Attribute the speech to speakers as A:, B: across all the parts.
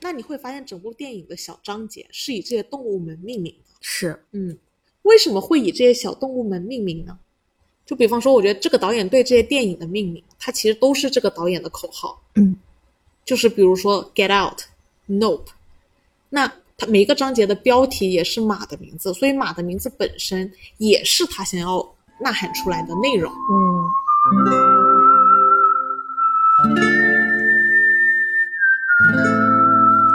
A: 那你会发现整部电影的小章节是以这些动物们命名的。
B: 是，
A: 嗯，为什么会以这些小动物们命名呢？就比方说，我觉得这个导演对这些电影的命名，它其实都是这个导演的口号。
B: 嗯，
A: 就是比如说《Get Out》，《Nope》，那它每一个章节的标题也是马的名字，所以马的名字本身也是他想要呐喊出来的内容。
B: 嗯，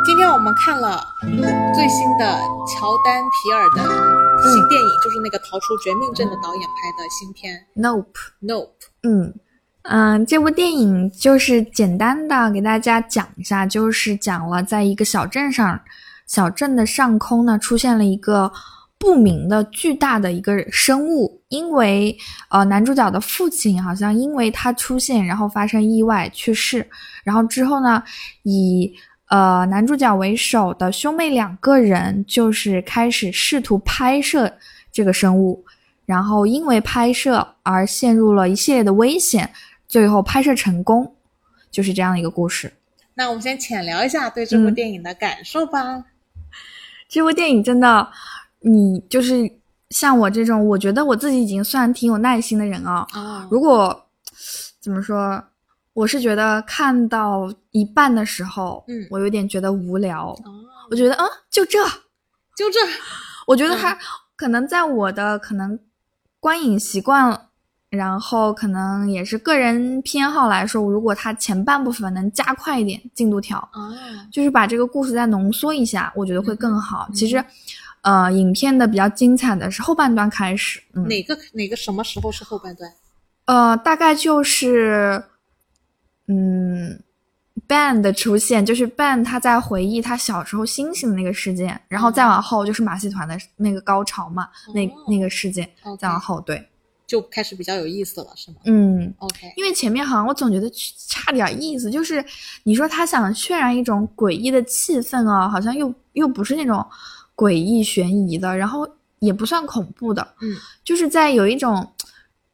A: 今天我们看了最新的乔丹皮尔的
B: 嗯
A: 新电影，就是那个逃出绝命镇的导演拍的新片
B: Nope。
A: 《Nope》。
B: 嗯嗯，这部电影就是简单的给大家讲一下，就是讲了在一个小镇上，小镇的上空呢出现了一个不明的巨大的一个生物，因为呃男主角的父亲好像因为他出现，然后发生意外去世，然后之后呢以。呃，男主角为首的兄妹两个人就是开始试图拍摄这个生物，然后因为拍摄而陷入了一系列的危险，最后拍摄成功，就是这样一个故事。
A: 那我们先浅聊一下对这部
B: 嗯
A: 电影的感受吧。
B: 这部电影真的，你就是像我这种，我觉得我自己已经算挺有耐心的人啊、
A: 啊、
B: 如果怎么说，我是觉得看到一半的时候，
A: 嗯
B: 我有点觉得无聊，
A: 哦，
B: 我觉得啊，就这，
A: 就这，
B: 我觉得
A: 嗯
B: 他可能在我的可能观影习惯，然后可能也是个人偏好来说，如果他前半部分能加快一点进度条，
A: 啊，
B: 就是把这个故事再浓缩一下，我觉得会更好。
A: 嗯
B: 其实，呃，影片的比较精彩的是后半段开始，嗯，
A: 哪个哪个什么时候是后半段？
B: 呃，大概就是，嗯。Ben 的出现就是 Ben 他在回忆他小时候星星的那个事件，然后再往后就是马戏团的那个高潮嘛，那
A: 嗯哦
B: 那个事件，
A: OK，
B: 再往后对，
A: 就开始比较有意思了，是吗
B: 嗯，
A: ？OK，
B: 因为前面好像我总觉得差点意思，就是你说他想渲染一种诡异的气氛啊，好像又又不是那种诡异悬疑的，然后也不算恐怖的，
A: 嗯，
B: 就是在有一种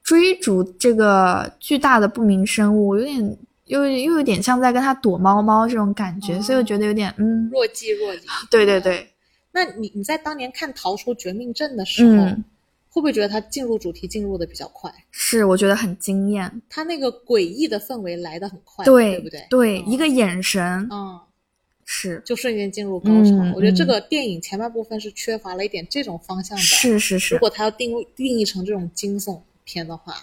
B: 追逐这个巨大的不明生物，有点又又有点像在跟他躲猫猫这种感觉，
A: 哦
B: 所以我觉得有点嗯，
A: 若即若离。
B: 对对对，
A: 那你你在当年看《逃出绝命镇》的时候，
B: 嗯，
A: 会不会觉得它进入主题进入的比较快？
B: 是我觉得很惊艳，
A: 它那个诡异的氛围来的很快，
B: 对
A: 不对？
B: 对，
A: 嗯
B: 一个眼神
A: 嗯，
B: 是
A: 就瞬间进入高潮。
B: 嗯
A: 我觉得这
B: 嗯
A: 个电影前半部分是缺乏了一点这种方向的。，
B: 是是
A: 如
B: 是，
A: 果它要定位定义成这种惊悚片的话，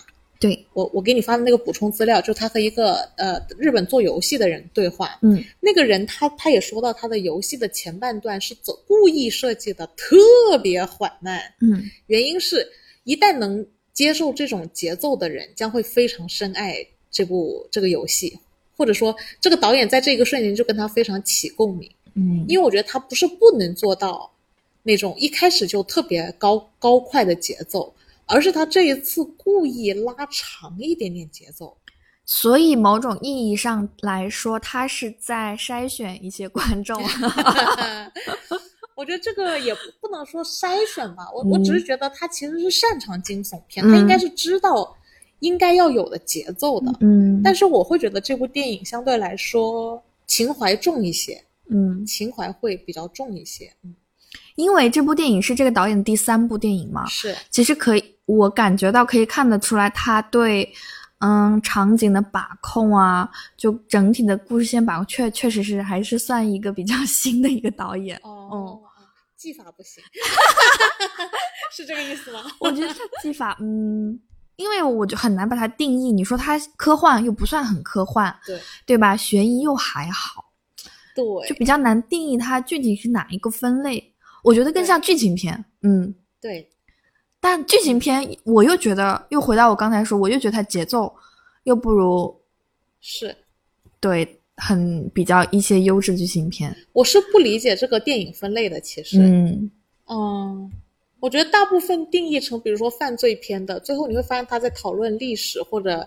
B: 对，
A: 我我给你发的那个补充资料，就是他和一个呃日本做游戏的人对话，
B: 嗯。
A: 那个人他他也说到他的游戏的前半段是走故意设计的特别缓慢，
B: 嗯
A: 原因是一旦能接受这种节奏的人，将会非常深爱这部这个游戏，或者说这个导演在这个瞬间就跟他非常起共鸣，
B: 嗯
A: 因为我觉得他不是不能做到那种一开始就特别高高快的节奏，而是他这一次故意拉长一点点节 奏。
B: 所以某种意义上来说，他是在筛选一些观众。啊
A: 我觉得这个也不不能说筛选吧，我
B: 嗯
A: 我只是觉得他其实是擅长惊悚片，他应该是知道应该要有的节奏的。
B: 嗯
A: 但是我会觉得这部电影相对来说情怀重一些，
B: 嗯，
A: 情怀会比较重一些。嗯，
B: 因为这部电影是这个导演的第三部电影嘛，
A: 是，
B: 其实可以，我感觉到可以看得出来，他对嗯场景的把控啊，就整体的故事线把控，确确实是还是算一个比较新的一个导 演。
A: 哦，技法不 行，是这个意思吗？
B: 我觉得他技法，嗯，因为我就很难把它定义。你说它科幻又不算很科幻，
A: 对
B: 对吧？悬疑又还好。就
A: 对
B: 比较难定义它具体是哪一个分类。我觉得更像剧情片，嗯，
A: 对，
B: 但剧情片我又觉得，又回到我刚才说，我又觉得它节奏又不如
A: 是。
B: 对很比较一些优质剧情片，
A: 我是不理解这个电影分类的，其实，
B: 嗯
A: 嗯，我觉得大部分定义成，比如说犯罪片的，最后你会发现他在讨论历史或者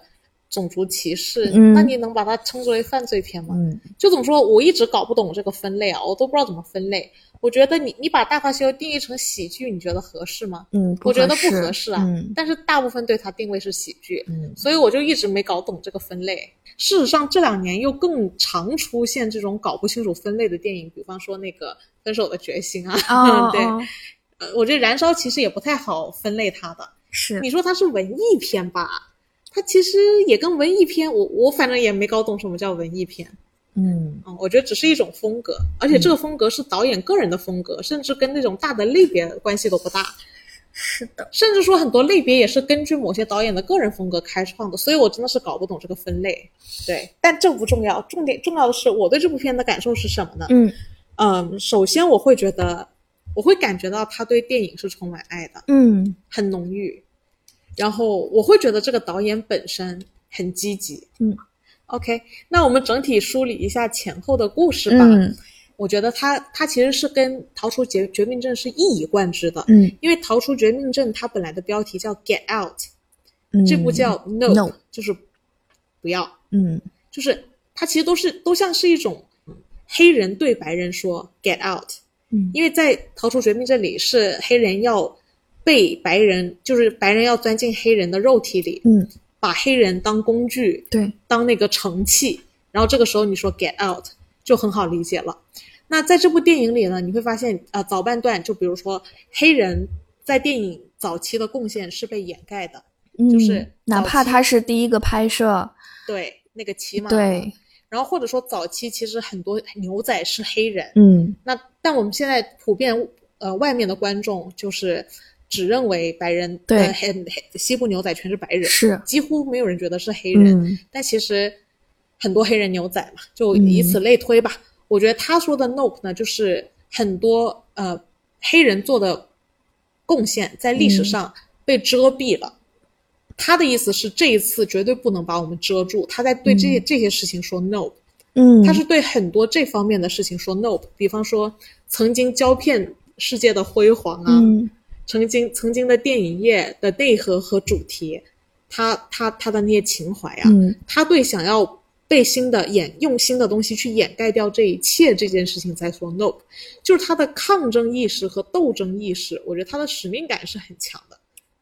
A: 种族歧视，
B: 嗯
A: 那你能把它称之为犯罪片吗？
B: 嗯
A: 就怎么说，我一直搞不懂这个分类啊，我都不知道怎么分类。我觉得你你把《大话西游》定义成喜剧，你觉得合适吗？
B: 嗯，
A: 我觉得不
B: 合
A: 合适啊。
B: 嗯
A: 但是大部分对它定位是喜剧，
B: 嗯
A: 所以我就一直没搞懂这个分类。事实上，这两年又更常出现这种搞不清楚分类的电影，比方说那个《分手的决心》啊，
B: 哦
A: 对，
B: 哦
A: 呃我觉得《燃烧》其实也不太好分类它的。
B: 是
A: 你说它是文艺片吧，它其实也跟文艺片，我我反正也没搞懂什么叫文艺片。
B: 嗯
A: 嗯，我觉得只是一种风格，而且这个风格是导演个人的风格，甚至跟那种大的类别关系都不大，
B: 是的，
A: 甚至说很多类别也是根据某些导演的个人风格开创的，所以我真的是搞不懂这个分类。对，但这不重要，重点重要的是我对这部片的感受是什么呢？
B: 嗯
A: 嗯，首先我会觉得，我会感觉到他对电影是充满爱的，
B: 嗯
A: 很浓郁，然后我会觉得这个导演本身很积极。
B: 嗯
A: ，OK，那我们整体梳理一下前后的故事吧。
B: 嗯
A: 我觉得它它其实是跟《逃出绝绝命镇》是一以贯之的，
B: 嗯
A: 因为《逃出绝命镇》它本来的标题叫《Get Out》，
B: 嗯，
A: 这部叫 No，,、
B: No
A: 就是不要，
B: 嗯
A: 就是它其实都是都像是一种黑人对白人说 Get Out，
B: 嗯
A: 因为在《逃出绝命镇》里是黑人要被白人，就是白人要钻进黑人的肉体里，
B: 嗯
A: 把黑人当工具，
B: 对
A: 当那个盛器，然后这个时候你说 get out 就很好理解了。那在这部电影里呢，你会发现，呃，早半段就比如说黑人在电影早期的贡献是被掩盖的，就是
B: 嗯哪
A: 早
B: 怕
A: 期
B: 他是第一个拍摄，
A: 对那个骑马，，
B: 对
A: 然后或者说早期其实很多牛仔是黑人，
B: 嗯
A: 那但我们现在普遍呃外面的观众就是只认为白人
B: 对
A: 呃黑黑西部牛仔全是白人，
B: 是
A: 几乎没有人觉得是黑人，
B: 嗯
A: 但其实很多黑人牛仔嘛，就以此类推吧。我觉得他说的 “nope” 呢，就是很多呃黑人做的贡献在历
B: 嗯
A: 史上被遮蔽了。他的意思是，这一次绝对不能把我们遮住。他在对这些、这些事情说 “no”，
B: 嗯，
A: 他是对很多这方面的事情说 “no”。比方说，曾经胶片世界的辉煌啊，
B: 嗯
A: 曾经曾经的电影业的内核和主题，他他他的那些情怀啊，
B: 嗯
A: 他对想要被新的掩用新的东西去掩盖掉这一切这件事情在说 no，就是他的抗争意识和斗争意识，我觉得他的使命感是很强的。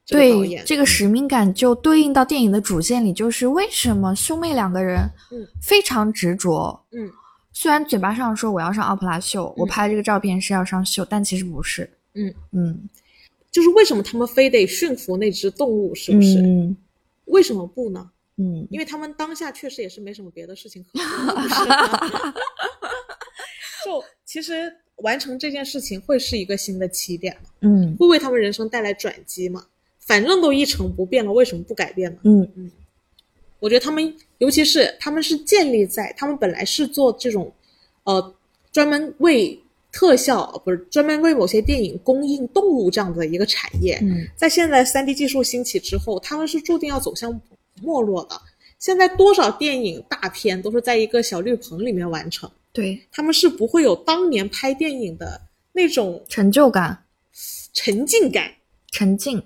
A: 这个导
B: 对
A: 演，嗯
B: 这个使命感就对应到电影的主线里，就是为什么兄妹两个人
A: 嗯
B: 非常执着。
A: 嗯
B: 虽然嘴巴上说我要上奥普拉秀，我
A: 嗯
B: 拍这个照片是要上秀，但其实不是。
A: 嗯
B: 嗯，
A: 就是为什么他们非得驯服那只动物，是不是？
B: 嗯
A: 为什么不呢？
B: 嗯
A: 因为他们当下确实也是没什么别的事情可做，是吧 就其实完成这件事情会是一个新的起点嘛，
B: 嗯
A: 会为他们人生带来转机嘛。反正都一成不变了，为什么不改变呢？
B: 嗯
A: 我觉得他们，尤其是他们是建立在他们本来是做这种，呃，专门为特效呃不是专门为某些电影供应动物这样的一个产业，
B: 嗯
A: 在现在三 D 技术兴起之后，他们是注定要走向没落的。现在多少电影大片都是在一个小绿棚里面完成，
B: 对，
A: 他们是不会有当年拍电影的那种
B: 成就感、
A: 沉浸感。
B: 沉浸。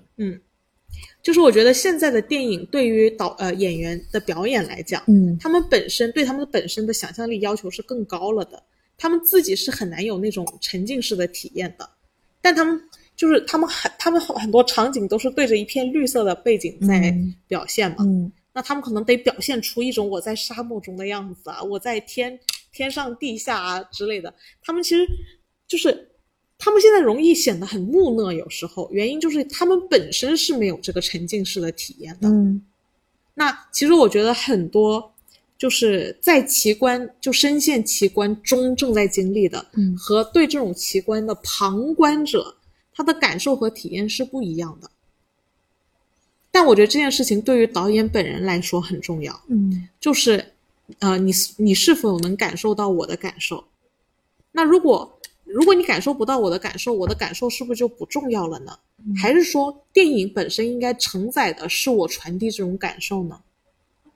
A: 就是我觉得现在的电影对于导呃演员的表演来讲，
B: 嗯
A: 他们本身对他们本身的想象力要求是更高了的，他们自己是很难有那种沉浸式的体验的。但他们就是他们很他们很很多场景都是对着一片绿色的背景在
B: 嗯
A: 表现嘛，
B: 嗯
A: 那他们可能得表现出一种我在沙漠中的样子啊，我在天天上地下啊之类的。他们其实就是他们现在容易显得很木讷，有时候原因就是他们本身是没有这个沉浸式的体验的。
B: 嗯
A: 那其实我觉得很多就是在奇观就深陷奇观中正在经历的，
B: 嗯
A: 和对这种奇观的旁观者，他的感受和体验是不一样的。但我觉得这件事情对于导演本人来说很重要，
B: 嗯
A: 就是，呃，你你是否能感受到我的感受？那如果如果你感受不到我的感受，我的感受是不是就不重要了呢？还是说电影本身应该承载的是我传递这种感受呢？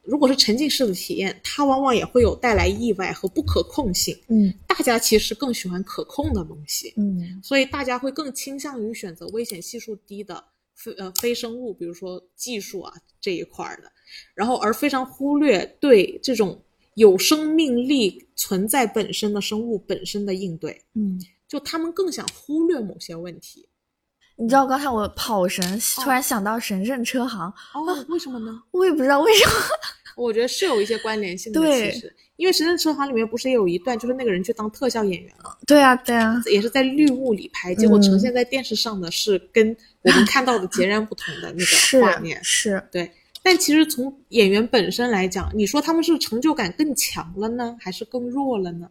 A: 如果是沉浸式的体验，它往往也会有带来意外和不可控性。
B: 嗯
A: 大家其实更喜欢可控的东西，
B: 嗯
A: 所以大家会更倾向于选择危险系数低的非呃非生物，比如说技术啊这一块儿的，然后而非常忽略对这种有生命力存在本身的生物本身的应对，
B: 嗯，
A: 就他们更想忽略某些问题。
B: 你知道刚才我跑神，突然想到神圣车行，
A: 哦，为什么呢？
B: 我也不知道为什么。
A: 我觉得是有一些关联性的，
B: 对
A: 其实，因为《神圣车行》里面不是也有一段，就是那个人去当特效演员了，
B: 对啊，对啊，
A: 也是在绿幕里拍，结果呈现在电视上的是跟我们看到的截然不同的那
B: 是
A: 个画面。
B: 是，
A: 但其实从演员本身来讲，你说他们是成就感更强了呢，还是更弱了呢？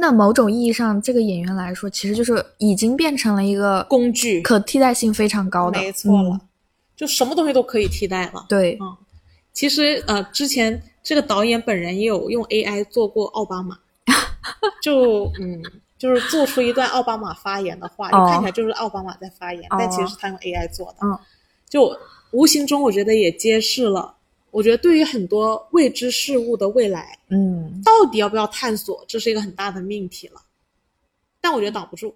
B: 那某种意义上，这个演员来说，其实就是已经变成了一个
A: 工具
B: 可替代性非常高的，
A: 没错了，
B: 嗯
A: 就什么东西都可以替代了。
B: 对，
A: 嗯，其实呃，之前这个导演本人也有用 AI 做过奥巴 马，就嗯，就是做出一段奥巴马发言的话，就
B: 哦
A: 看起来就是奥巴马在发言，但其
B: 哦
A: 实是他用 AI 做的。
B: 嗯，
A: 就无形中我觉得也揭示了，我觉得对于很多未知事物的未来，
B: 嗯，
A: 到底要不要探索，这是一个很大的命题了。但我觉得挡不住，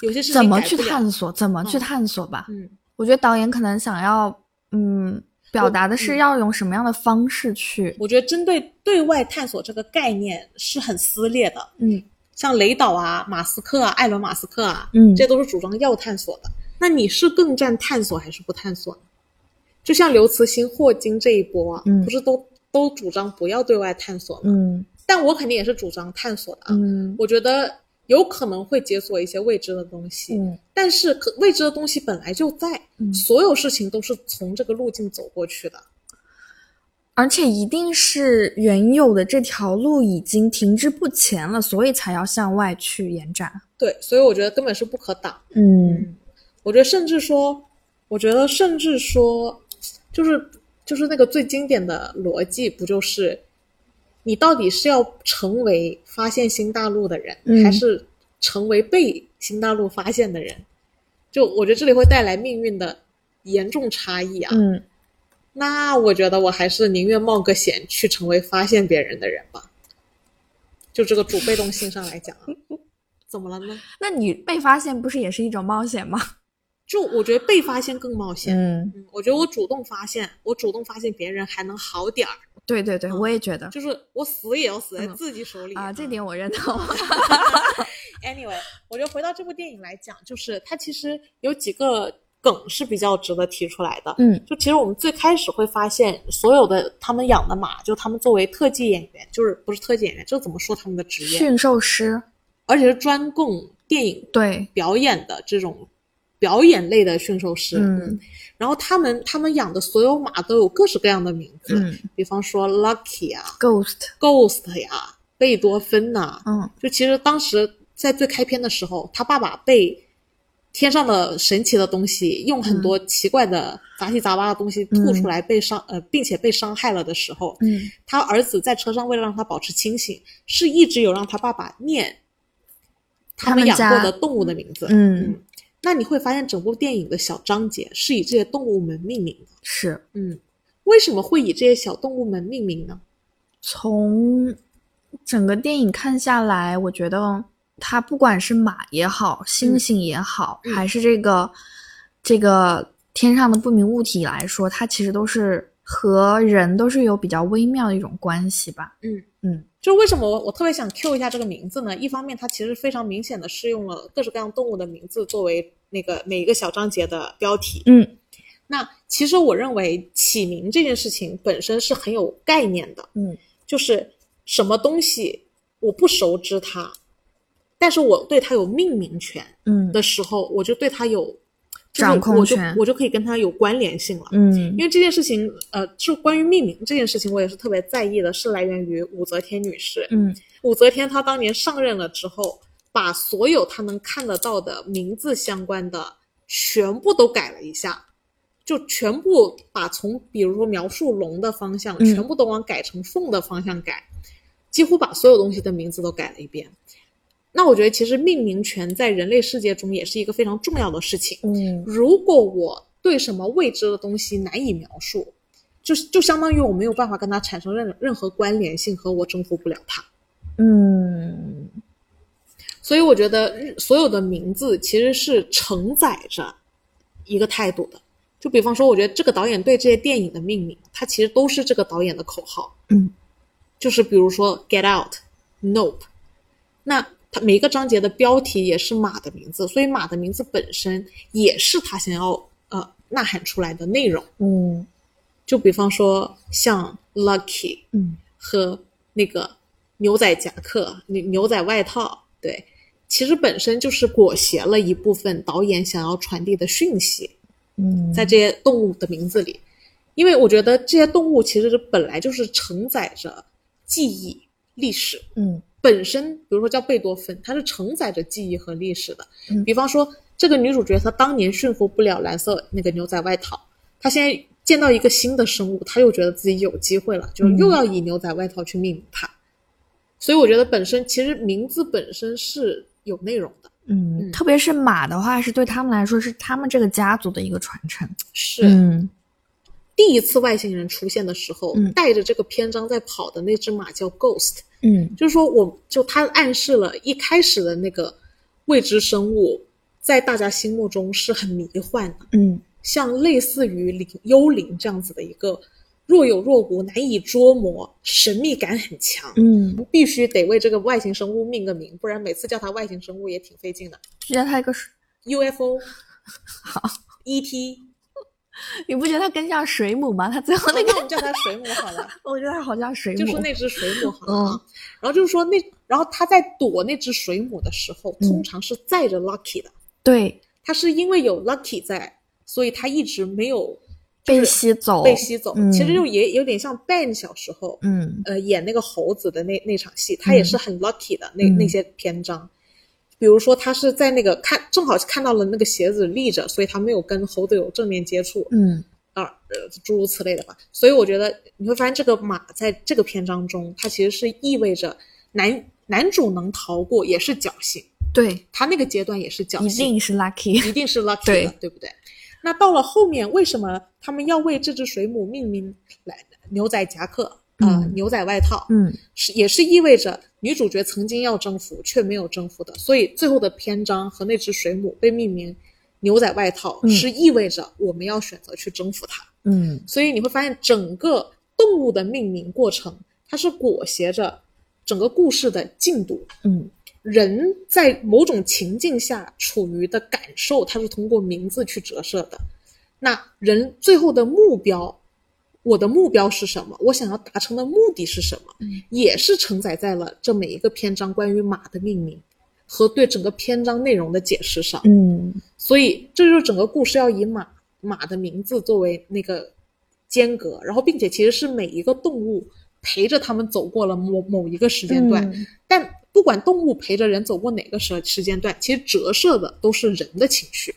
A: 有些事情
B: 怎么
A: 改
B: 去
A: 不了
B: 探索，怎么去
A: 嗯
B: 探索吧。
A: 嗯。
B: 我觉得导演可能想要，嗯，表达的
A: 嗯
B: 是要用什么样的方式去，
A: 我觉得针对对外探索这个概念是很撕裂的，
B: 嗯
A: 像雷导啊、马斯克啊、埃隆·马斯克啊，
B: 嗯
A: 这都是主张要探索的。那你是更站探索还是不探索呢？就像刘慈欣、霍金这一波啊，
B: 嗯
A: 不是都都主张不要对外探索吗？
B: 嗯
A: 但我肯定也是主张探索的啊。
B: 嗯
A: 我觉得有可能会解锁一些未知的东西，
B: 嗯
A: 但是可未知的东西本来就在，
B: 嗯
A: 所有事情都是从这个路径走过去的。
B: 而且一定是原有的这条路已经停滞不前了，所以才要向外去延展。
A: 对，所以我觉得根本是不可挡。
B: 嗯
A: 我觉得甚至说，我觉得甚至说，就是就是那个最经典的逻辑，不就是你到底是要成为发现新大陆的人，
B: 嗯
A: 还是成为被新大陆发现的人？就我觉得这里会带来命运的严重差异啊。
B: 嗯，
A: 那我觉得我还是宁愿冒个险去成为发现别人的人吧。就这个主被动性上来 讲啊，怎么了呢？
B: 那你被发现不是也是一种冒险吗？
A: 就我觉得被发现更冒险。
B: 嗯，
A: 嗯，我觉得我主动发现，我主动发现别人还能好点儿，
B: 对对对，我也觉得
A: 就是我死也要死在
B: 嗯
A: 自己手里
B: 啊，这点我认同。
A: Anyway，我觉得回到这部电影来讲，就是它其实有几个梗是比较值得提出来的。
B: 嗯
A: 就其实我们最开始会发现，所有的他们养的马，就他们作为特技演员，就是不是特技演员，就怎么说他们的职业，
B: 驯兽师，
A: 而且是专供电影
B: 对，
A: 表演的这种表演类的驯兽师。
B: 嗯
A: 然后他们他们养的所有马都有各式各样的名字，
B: 嗯
A: 比方说 Lucky 啊、
B: ，Ghost，
A: Ghost 呀、贝多芬呐、
B: 嗯
A: 就其实当时在最开篇的时候，他爸爸被天上的神奇的东西用很
B: 嗯
A: 多奇怪的杂七杂八的东西吐出来，被伤、呃，并且被伤害了的时候，
B: 嗯
A: 他儿子在车上为了让他保持清醒，是一直有让他爸爸念他们
B: 他们
A: 养
B: 家
A: 过的动物的名字。
B: 嗯，
A: 那你会发现整部电影的小章节是以这些动物们命名的。
B: 是
A: 嗯，为什么会以这些小动物们命名呢？
B: 从整个电影看下来，我觉得它不管是马也好，星星也好，
A: 嗯
B: 还是这个这个天上的不明物体来说，它其实都是和人都是有比较微妙的一种关系吧。
A: 嗯
B: 嗯
A: 就是为什么我我特别想 Q 一下这个名字呢？一方面，它其实非常明显的是用了各式各样动物的名字作为那个每一个小章节的标题。
B: 嗯
A: 那其实我认为起名这件事情本身是很有概念的，
B: 嗯
A: 就是什么东西我不熟知它，但是我对它有命名权
B: 嗯
A: 的时候，我就对它有就是
B: 掌控
A: 我就
B: 权
A: 我就可以跟它有关联性了。
B: 嗯
A: 因为这件事情，呃，就关于命名这件事情，我也是特别在意的，是来源于武则天女士。
B: 嗯
A: 武则天她当年上任了之后，把所有她能看得到的名字相关的全部都改了一下，就全部把从比如说描述龙的方向，
B: 嗯
A: 全部都往改成凤的方向改，几乎把所有东西的名字都改了一遍。那我觉得其实命名权在人类世界中也是一个非常重要的事情。
B: 嗯
A: 如果我对什么未知的东西难以描述，就是就相当于我没有办法跟它产生任任何关联性和我征服不了它。
B: 嗯
A: 所以我觉得日所有的名字其实是承载着一个态度的，就比方说，我觉得这个导演对这些电影的命名，它其实都是这个导演的口号。
B: 嗯，
A: 就是比如说《Get Out》、《Nope》，那它每一个章节的标题也是马的名字，所以马的名字本身也是他想要呃呐喊出来的内容。
B: 嗯
A: 就比方说像《Lucky》
B: 嗯
A: 和那个牛仔夹克、牛牛仔外套，对，其实本身就是裹挟了一部分导演想要传递的讯息。
B: 嗯，
A: 在这些动物的名字里，因为我觉得这些动物其实本来就是承载着记忆、历史
B: 嗯
A: 本身。比如说叫贝多芬，它是承载着记忆和历史的
B: 嗯。
A: 比方说，这个女主角她当年驯服不了蓝色那个牛仔外套，她现在见到一个新的生物，她又觉得自己有机会了，就
B: 嗯
A: 又要以牛仔外套去命名它。所以我觉得本身其实名字本身是有内容的，
B: 嗯，
A: 嗯
B: 特别是马的话，是对他们来说是他们这个家族的一个传承。
A: 是。
B: 嗯
A: 第一次外星人出现的时候，
B: 嗯
A: 带着这个篇章在跑的那只马叫 Ghost，
B: 嗯
A: 就是说，我就它暗示了一开始的那个未知生物在大家心目中是很迷幻的，
B: 嗯
A: 像类似于灵幽灵这样子的一个若有若无、难以捉摸、神秘感很强。
B: 嗯，
A: 必须得为这个外星生物命个名，不然每次叫它外星生物也挺费劲的。
B: 就像他一个，
A: UFO
B: 好，
A: ET，
B: 你不觉得他更像水母吗？他最后
A: 那
B: 那
A: 那
B: 个，
A: 我们叫它水母好了。
B: 我觉得他好像水母。
A: 就说那只水母好
B: 嗯
A: 了啊，然后就是说那，然后他在躲那只水母的时候，
B: 嗯
A: 通常是载着 Lucky 的，
B: 对
A: 他是因为有 Lucky 在，所以他一直没有
B: 被吸走，
A: 被吸走。
B: 嗯
A: 其实就也有点像 Ben 小时候，
B: 嗯
A: 呃，演那个猴子的那那场戏，他也是很 Lucky 的、那
B: 嗯
A: 那些篇章。比如说，他是在那个看正好看到了那个鞋子立着，所以他没有跟猴子有正面接触，
B: 嗯
A: 啊，呃，诸如此类的吧。所以我觉得你会发现，这个马在这个篇章中，它其实是意味着男男主能逃过也是侥幸，
B: 对，
A: 他那个阶段也是侥
B: 一
A: 幸，
B: 定是 lucky。
A: 一定是 lucky 的，
B: 对
A: 不对？那到了后面，为什么他们要为这只水母命名来牛仔夹克？呃，
B: 嗯
A: 牛仔外套
B: 嗯
A: 是也是意味着女主角曾经要征服却没有征服的，所以最后的篇章和那只水母被命名牛仔外套，
B: 嗯
A: 是意味着我们要选择去征服它。
B: 嗯
A: 所以你会发现整个动物的命名过程，它是裹挟着整个故事的进度。
B: 嗯
A: 人在某种情境下处于的感受，它是通过名字去折射的。那人最后的目标，我的目标是什么？我想要达成的目的是什么
B: 嗯？
A: 也是承载在了这每一个篇章关于马的命名和对整个篇章内容的解释上。
B: 嗯
A: 所以这就是整个故事要以马马的名字作为那个间隔，然后并且其实是每一个动物陪着他们走过了某某一个时间段，
B: 嗯
A: 但不管动物陪着人走过哪个时时间段，其实折射的都是人的情绪。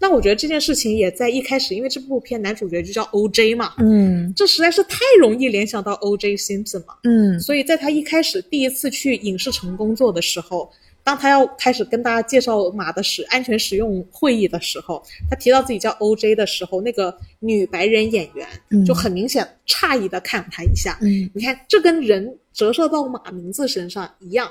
A: 那我觉得这件事情也在一开始，因为这部片男主角就叫 O.J. 嘛，
B: 嗯
A: 这实在是太容易联想到 O.J. Simpson 了。
B: 嗯
A: 所以在他一开始第一次去影视城工作的时候，当他要开始跟大家介绍马的使安全使用会议的时候，他提到自己叫 OJ 的时候，那个女白人演
B: 嗯
A: 员就很明显诧异的看了他一下。
B: 嗯
A: 你看，这跟人折射到马名字身上一样，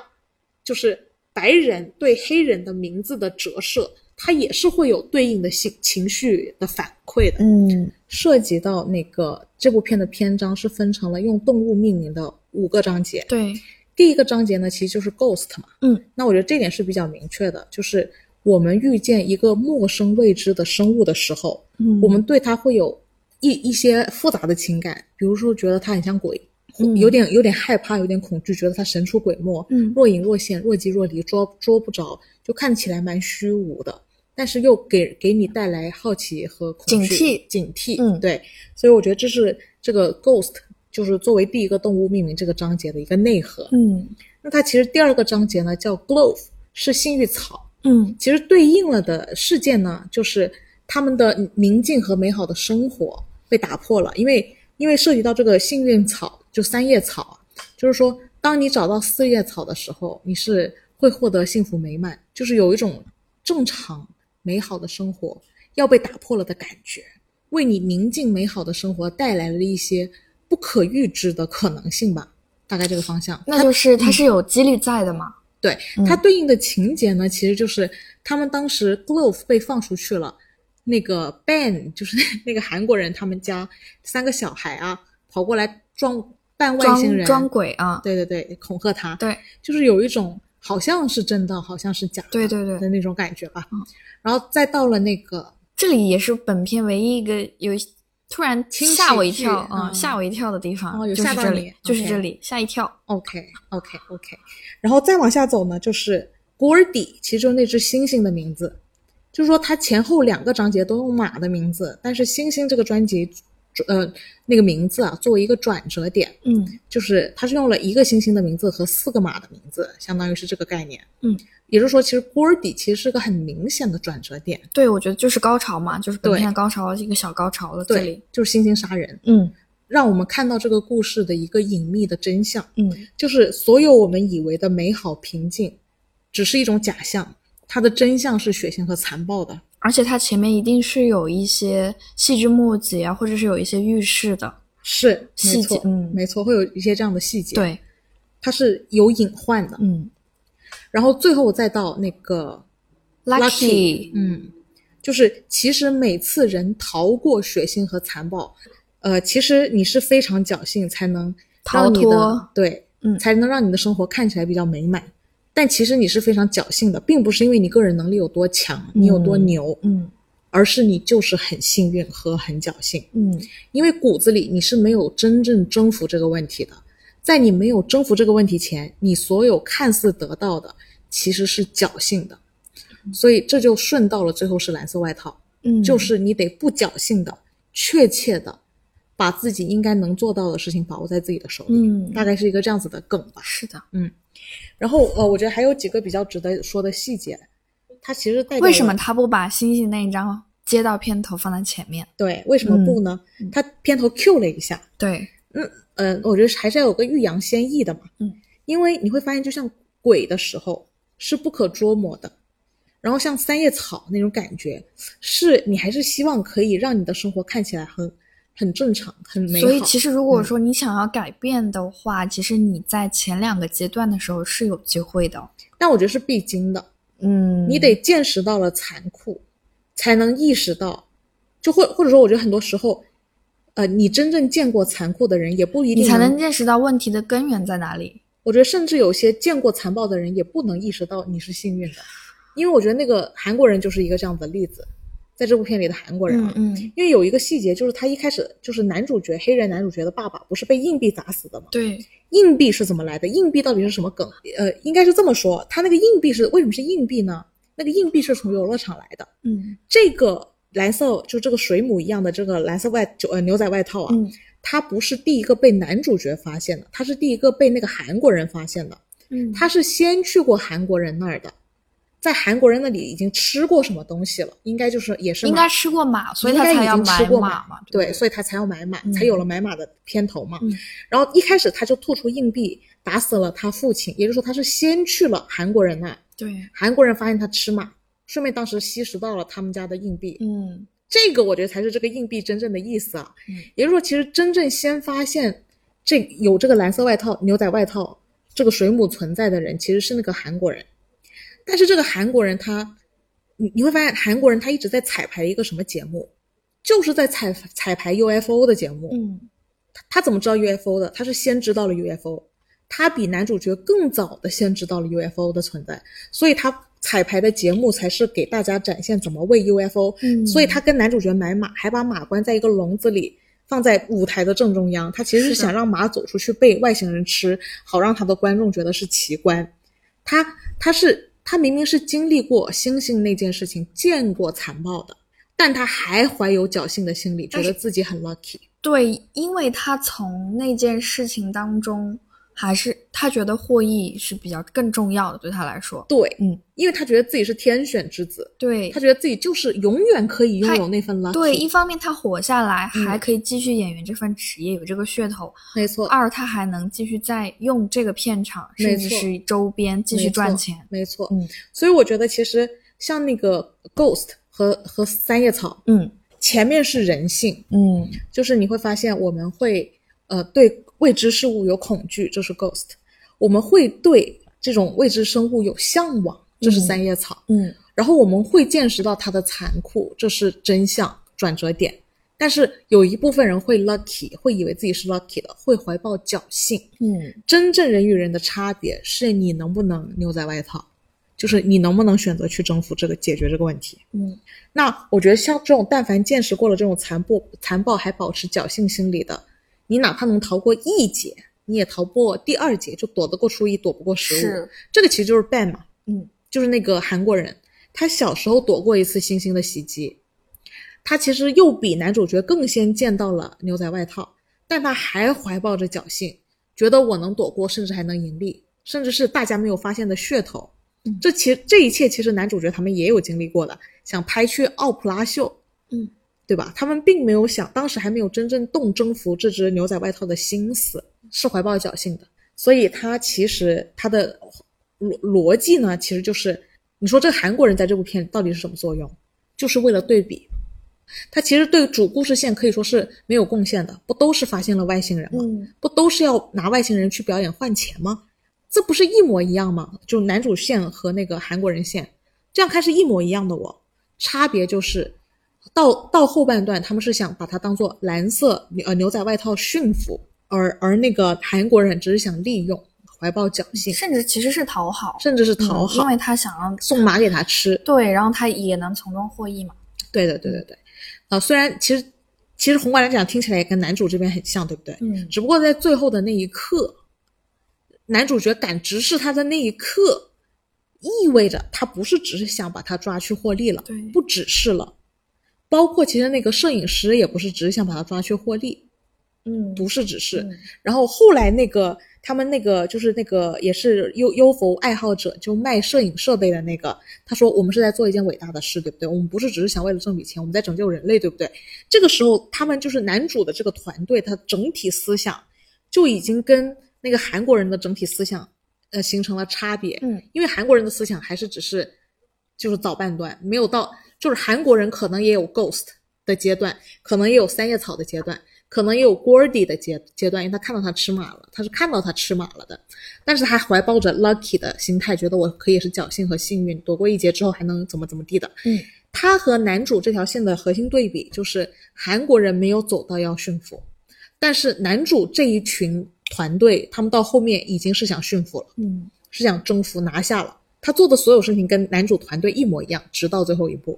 A: 就是白人对黑人的名字的折射，它也是会有对应的情情绪的反馈的。
B: 嗯
A: 涉及到那个这部片的篇章是分成了用动物命名的五个章节。
B: 对，
A: 第一个章节呢，其实就是 ghost 嘛。
B: 嗯，
A: 那我觉得这点是比较明确的，就是我们遇见一个陌生未知的生物的时候，
B: 嗯
A: 我们对它会有一一些复杂的情感，比如说觉得它很像鬼，
B: 嗯
A: 有点有点害怕，有点恐惧，觉得它神出鬼没，
B: 嗯
A: 若隐若现，若即若离，捉捉不着，就看起来蛮虚无的，但是又给给你带来好奇和恐
B: 警
A: 惧
B: 惕
A: 警惕，
B: 嗯
A: 对，所以我觉得这是这个 ghost 就是作为第一个动物命名这个章节的一个内核。
B: 嗯
A: 那它其实第二个章节呢叫 glove，是幸运草，
B: 嗯
A: 其实对应了的事件呢，就是他们的宁静和美好的生活被打破了，因为因为涉及到这个幸运草，就三叶草啊，就是说，当你找到四叶草的时候，你是会获得幸福美满，就是有一种正常美好的生活要被打破了的感觉，为你宁静美好的生活带来了一些不可预知的可能性吧，大概这个方向。
B: 那就是
A: 嗯
B: 它是有几率在的嘛。
A: 对，
B: 嗯
A: 它对应的情节呢，其实就是他们当时 Glove 被放出去了，那个 Ben 就是那 个韩国人他们家三个小孩啊跑过来撞扮外星
B: 装
A: 人，
B: 装鬼啊，
A: 对对对，恐吓他，
B: 对
A: 就是有一种好像是真的，好像是假的，
B: 对对嗯对
A: 的那种感觉吧。然后再到了那个
B: 这里也是本片唯一一个有一突然
A: 轻喜
B: 吓我一
A: 剧
B: 跳，
A: 嗯
B: 吓我一跳的地方，
A: 哦有
B: 就
A: 吓
B: 是
A: 到
B: 这
A: 你
B: 里，就是这
A: OK
B: 里，吓一跳。
A: OK OK OK，然后再往下走呢，就是 Gordy，其实就是那只猩猩的名字，就是说它前后两个章节都用马的名字，但是猩猩这个专辑，呃，那个名字啊，作为一个转折点，
B: 嗯
A: 就是它是用了一个猩猩的名字和四个马的名字，相当于是这个概念。
B: 嗯，
A: 也就是说，其实 Gordy 其实是个很明显的转折点，
B: 对，我觉得就是高潮嘛，就是本
A: 对
B: 片的高潮，一个小高潮了。这
A: 对
B: 里，，
A: 就是猩猩杀人，
B: 嗯
A: 让我们看到这个故事的一个隐秘的真相。
B: 嗯，
A: 就是所有我们以为的美好平静，只是一种假象，它的真相是血腥和残暴的。
B: 而且它前面一定是有一些细枝末节啊，或者是有一些预示的。
A: 是，
B: 细
A: 没
B: 节
A: 错，
B: 嗯
A: 没错，会有一些这样的细节。，
B: 对，
A: 它是有隐患的。
B: 嗯
A: 然后最后再到那个
B: ，lucky，
A: 嗯，就是其实每次人逃过血腥和残暴，呃，其实你是非常侥幸才能让你的
B: 逃脱
A: 对，
B: 嗯
A: 才能让你的生活看起来比较美满。但其实你是非常侥幸的，并不是因为你个人能力有多强，你有多
B: 嗯
A: 牛，
B: 嗯
A: 而是你就是很幸运和很侥幸，
B: 嗯，
A: 因为骨子里你是没有真正征服这个问题的。在你没有征服这个问题前，你所有看似得到的其实是侥幸的，所以这就顺到了最后是蓝色外套，
B: 嗯，
A: 就是你得不侥幸的、确切的，把自己应该能做到的事情把握在自己的手里，
B: 嗯，
A: 大概是一个这样子的梗吧。
B: 是的。
A: 然后呃，我觉得还有几个比较值得说的细节，它其实代表
B: 为什
A: 了
B: 么他不把星星那一张接到片头放在前面？
A: 对，为什么不呢？
B: 嗯
A: 它片头 Q 了一下，
B: 对，
A: 嗯，我觉得还是要有个欲扬先抑的嘛。
B: 嗯，
A: 因为你会发现，就像鬼的时候是不可捉摸的，然后像三叶草那种感觉，是你还是希望可以让你的生活看起来很很正常、很美好。
B: 所以其实如果
A: 嗯
B: 说你想要改变的话，其实你在前两个阶段的时候是有机会的。
A: 但我觉得是必经的，
B: 嗯，
A: 你得见识到了残酷，才能意识到，就或或者说，我觉得很多时候，呃，你真正见过残酷的人，也不一定
B: 你才能见识到问题的根源在哪里。
A: 我觉得甚至有些见过残暴的人也不能意识到你是幸运的，因为我觉得那个韩国人就是一个这样的例子，在这部片里的韩国人啊，
B: 嗯，
A: 因为有一个细节就是他一开始就是男主角黑人男主角的爸爸不是被硬币砸死的吗？
B: 对，
A: 硬币是怎么来的？硬币到底是什么梗？呃，应该是这么说，他那个硬币是为什么是硬币呢？那个硬币是从游乐场来的，
B: 嗯
A: 这个蓝色就这个水母一样的这个蓝色外就呃牛仔外套啊，
B: 嗯
A: 它不是第一个被男主角发现的，它是第一个被那个韩国人发现的。
B: 嗯，
A: 他是先去过韩国人那儿的，在韩国人那里已经吃过什么东西了，应该就是也是
B: 应
A: 马
B: 该吃过马，所以
A: 应
B: 他
A: 该
B: 才
A: 已
B: 要
A: 经吃
B: 买
A: 过
B: 马嘛。
A: 对，
B: 所
A: 所以他才要买马，
B: 嗯
A: 才有了买马的片头嘛。
B: 嗯
A: 然后一开始他就吐出硬币打死了他父亲，也就是说他是先去了韩国人那儿，
B: 对，
A: 韩国人发现他吃马，顺便当时吸食到了他们家的硬币，
B: 嗯
A: 这个我觉得才是这个硬币真正的意思啊。
B: 嗯
A: 也就是说，其实真正先发现这有这个蓝色外套、牛仔外套这个水母存在的人，其实是那个韩国人。但是这个韩国人他，你你会发现韩国人他一直在彩排一个什么节目，就是在彩彩排 UFO 的节目。
B: 嗯
A: 他他怎么知道 UFO 的？他是先知道了 UFO，他比男主角更早的先知道了 UFO 的存在，所以他彩排的节目才是给大家展现怎么喂 UFO，、
B: 嗯
A: 所以他跟男主角买马，还把马关在一个笼子里。放在舞台的正中央，他其实是
B: 是的
A: 想让马走出去被外星人吃，好让他的观众觉得是奇观。他他是他明明是经历过猩猩那件事情，见过残暴的，但他还怀有侥幸的心理，觉
B: 但是
A: 得自己很 lucky。
B: 对，因为他从那件事情当中，还是他觉得获益是比较更重要的，对他来说。
A: 对，
B: 嗯，
A: 因为他觉得自己是天选之子，
B: 对
A: 他，觉得自己就是永远可以拥
B: 他
A: 有那份 lucky。
B: 对，一方面他活下来，
A: 嗯
B: 还可以继续演员这份职业，有这个噱头；
A: 没错，
B: 二，他还能继续再用这个片场，
A: 没
B: 甚至
A: 错
B: 是周边继续
A: 没错
B: 赚钱。
A: 没错。
B: 嗯
A: 所以我觉得其实像那个 Ghost 和和三叶草，
B: 嗯
A: 前面是人性，
B: 嗯
A: 就是你会发现我们会呃对未知事物有恐惧，这是 Ghost；我们会对这种未知生物有向往，这是三叶草。
B: 嗯
A: 然后我们会见识到它的残酷，这是真相转折点。但是有一部分人会 lucky，会以为自己是 lucky 的，会怀抱侥幸。
B: 嗯
A: 真正人与人的差别是你能不能牛仔外套，就是你能不能选择去征服这个解决这个问题。
B: 嗯
A: 那我觉得像这种，但凡见识过了这种残暴、残暴还保持侥幸心理的，你哪怕能逃过一劫，你也逃不过第二劫，就躲得过初一，躲不过十五。
B: 是
A: 这个其实就是 ban 嘛，
B: 嗯，
A: 就是那个韩国人，他小时候躲过一次星星的袭击，他其实又比男主角更先见到了牛仔外套，但他还怀抱着侥幸，觉得我能躲过，甚至还能盈利，甚至是大家没有发现的噱头
B: 嗯。
A: 这其这一切其实男主角他们也有经历过的，想拍去奥普拉秀，
B: 嗯，
A: 对吧？他们并没有想，当时还没有真正动征服这只牛仔外套的心思，是怀抱侥幸的。所以他其实他的逻逻辑呢，其实就是你说这韩国人在这部片到底是什么作用？就是为了对比，他其实对主故事线可以说是没有贡献的，不都是发现了外星人吗？
B: 嗯
A: 不都是要拿外星人去表演换钱吗？这不是一模一样吗？就男主线和那个韩国人线，这样看是一模一样的哦。差别就是到到后半段，他们是想把它当做蓝色呃牛仔外套驯服，而而那个韩国人只是想利用，怀抱侥幸，
B: 甚至其实是嗯讨好，
A: 甚至是
B: 嗯
A: 讨好
B: 因，为他想要
A: 送马给他吃。
B: 对，然后他也能从中获益嘛。
A: 对的，对对对。呃，虽然其实其实宏观来讲听起来也跟男主这边很像，对不对？
B: 嗯
A: 只不过在最后的那一刻，男主角敢直视他的那一刻，意味着他不是只是想把他抓去获利了
B: 对，
A: 不只是了。包括其实那个摄影师也不是只是想把他抓去获利，
B: 嗯，
A: 不是只是。
B: 嗯
A: 然后后来那个他们那个就是那个也是 U UFO 爱好者，就卖摄影设备的那个，他说我们是在做一件伟大的事，对不对？我们不是只是想为了挣笔钱，我们在拯救人类，对不对？这个时候，他们就是男主的这个团队，他整体思想就已经跟那个韩国人的整体思想呃形成了差别。
B: 嗯，
A: 因为韩国人的思想还是只是就是早半段，没有到就是韩国人可能也有 Ghost 的阶段，可能也有三叶草的阶段，可能也有 Gordy 的阶阶段，因为他看到他吃马了，他是看到他吃马了的，但是他怀抱着 lucky 的心态，觉得我可以是侥幸和幸运，躲过一劫之后还能怎么怎么地的。
B: 嗯，
A: 他和男主这条线的核心对比就是韩国人没有走到要驯服，但是男主这一群团队，他们到后面已经是想驯服了。
B: 嗯
A: 是想征服拿下了。他做的所有事情跟男主团队一模一样，直到最后一步。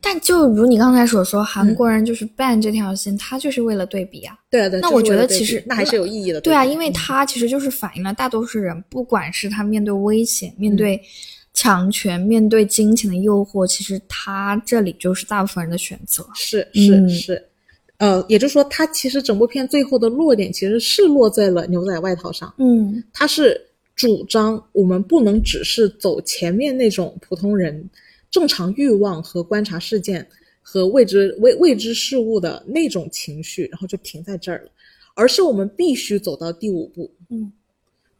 B: 但就如你刚才所说，韩国人就是 ban 这条线，他就是为了对比啊。
A: 对啊，对啊。
B: 那
A: 就是
B: 我觉
A: 为了
B: 得
A: 对
B: 其
A: 比
B: 实
A: 那还是有意义的。嗯
B: 对啊，
A: 比
B: 因为他其实就是反映了大多数人，不管是他面对危险、面对强权、面对金钱的诱惑，其实他这里就是大部分人的选择。
A: 是是
B: 嗯
A: 是，呃，也就是说，他其实整部片最后的落点其实是落在了牛仔外套上。
B: 嗯
A: 他是主张我们不能只是走前面那种普通人正常欲望和观察事件和未知未未知事物的那种情绪，然后就停在这儿了，而是我们必须走到第五步，
B: 嗯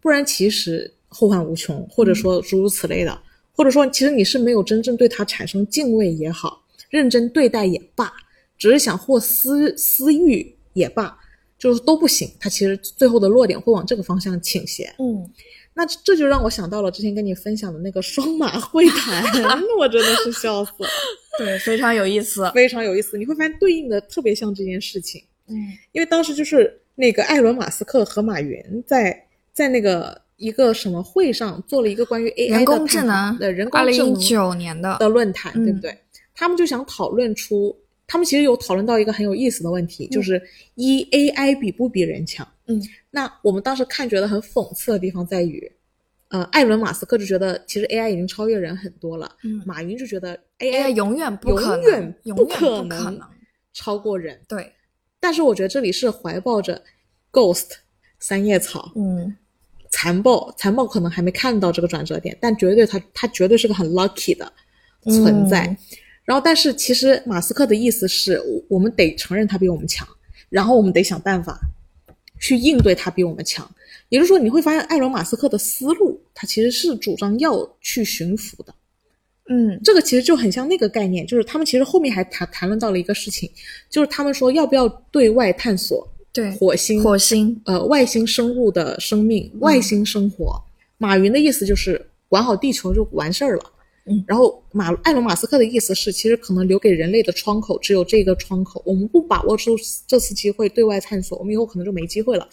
A: 不然其实后患无穷，或者说诸如此类的，或者说其实你是没有真正对它产生敬畏也好，认真对待也罢，只是想获私私欲也罢，就是都不行。它其实最后的落点会往这个方向倾斜。
B: 嗯，
A: 那这这就让我想到了之前跟你分享的那个双马会谈， 我真的是笑死了，
B: 对，非常有意 思。
A: 非常有意思。你会发现对应的特别像这件事情。
B: 嗯
A: 因为当时就是那个艾伦·马斯克和马云在在那个一个什么会上做了一个关于 AI 的
B: 人工
A: 探讨
B: 智能
A: 的人工
B: 二
A: 智
B: 零
A: 能
B: 一九年的，
A: 的论坛，
B: 嗯
A: 对不对？他们就想讨论出，他们其实有讨论到一个很有意思的问题，就是一 AI 比不比人强？
B: 嗯，
A: 那我们当时看觉得很讽刺的地方在于，呃，艾伦·马斯克就觉得其实 AI 已经超越人很多了，
B: 嗯
A: 马云就觉得
B: AI
A: AI
B: 哎永远不可能，
A: 永远
B: 永
A: 不
B: 远
A: 可
B: 不可
A: 能
B: 能。
A: 超过人。
B: 对，
A: 但是我觉得这里是怀抱着 Ghost 三叶草
B: 嗯
A: 残暴，残暴可能还没看到这个转折点，但绝对它它绝对是个很 lucky 的存在。
B: 嗯
A: 然后，但是其实马斯克的意思是我我们得承认他比我们强，然后我们得想办法去应对他比我们强。也就是说，你会发现艾伦·马斯克的思路，他其实是主张要去驯服的。
B: 嗯
A: 这个其实就很像那个概念，就是他们其实后面还谈谈论到了一个事情，就是他们说要不要对外探索
B: 对，
A: 火星、
B: 火星，嗯
A: 呃外星生物的生命、外星生活。马云的意思就是，管好地球就完事儿了。
B: 嗯，
A: 然后马埃隆马斯克的意思是，其实可能留给人类的窗口只有这个窗口，我们不把握住这次机会对外探索，我们以后可能就没机会了。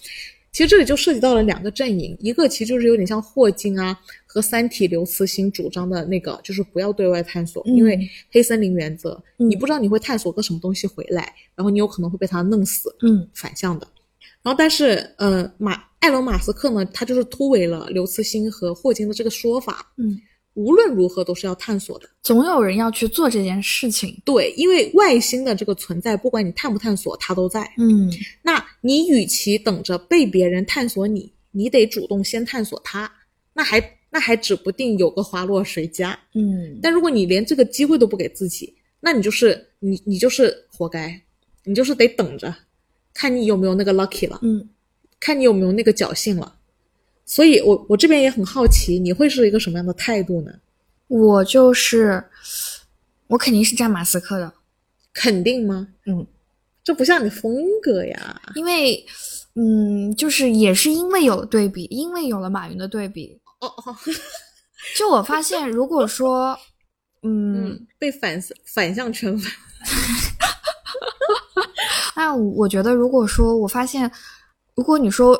A: 其实这里就涉及到了两个阵营，一个其实就是有点像霍金啊和《三体》刘慈欣主张的那个，就是不要对外探索，
B: 嗯
A: 因为黑森林原则，
B: 嗯
A: 你不知道你会探索个什么东西回来，然后你有可能会被它弄死，
B: 嗯
A: 反向的。然后但是呃，马埃隆马斯克呢，他就是突围了刘慈欣和霍金的这个说法，
B: 嗯，
A: 无论如何都是要探索的。
B: 总有人要去做这件事情。
A: 对，因为外星的这个存在，不管你探不探索，它都在。
B: 嗯
A: 那你与其等着被别人探索你，你得主动先探索它，那还那还指不定有个花落谁家。
B: 嗯，
A: 但如果你连这个机会都不给自己，那你就是你你就是活该，你就是得等着，看你有没有那个 lucky 了，
B: 嗯
A: 看你有没有那个侥幸了。所以我我这边也很好奇，你会是一个什么样的态度呢？
B: 我就是我肯定是站马斯克的。
A: 肯定吗？
B: 嗯，
A: 这不像你风格呀。
B: 因为嗯，就是也是因为有了对比，因为有了马云的对比，
A: 哦哦，
B: 就我发现，如果说嗯，
A: 嗯，被反反向圈粉。
B: 那我觉得，如果说我发现，如果你说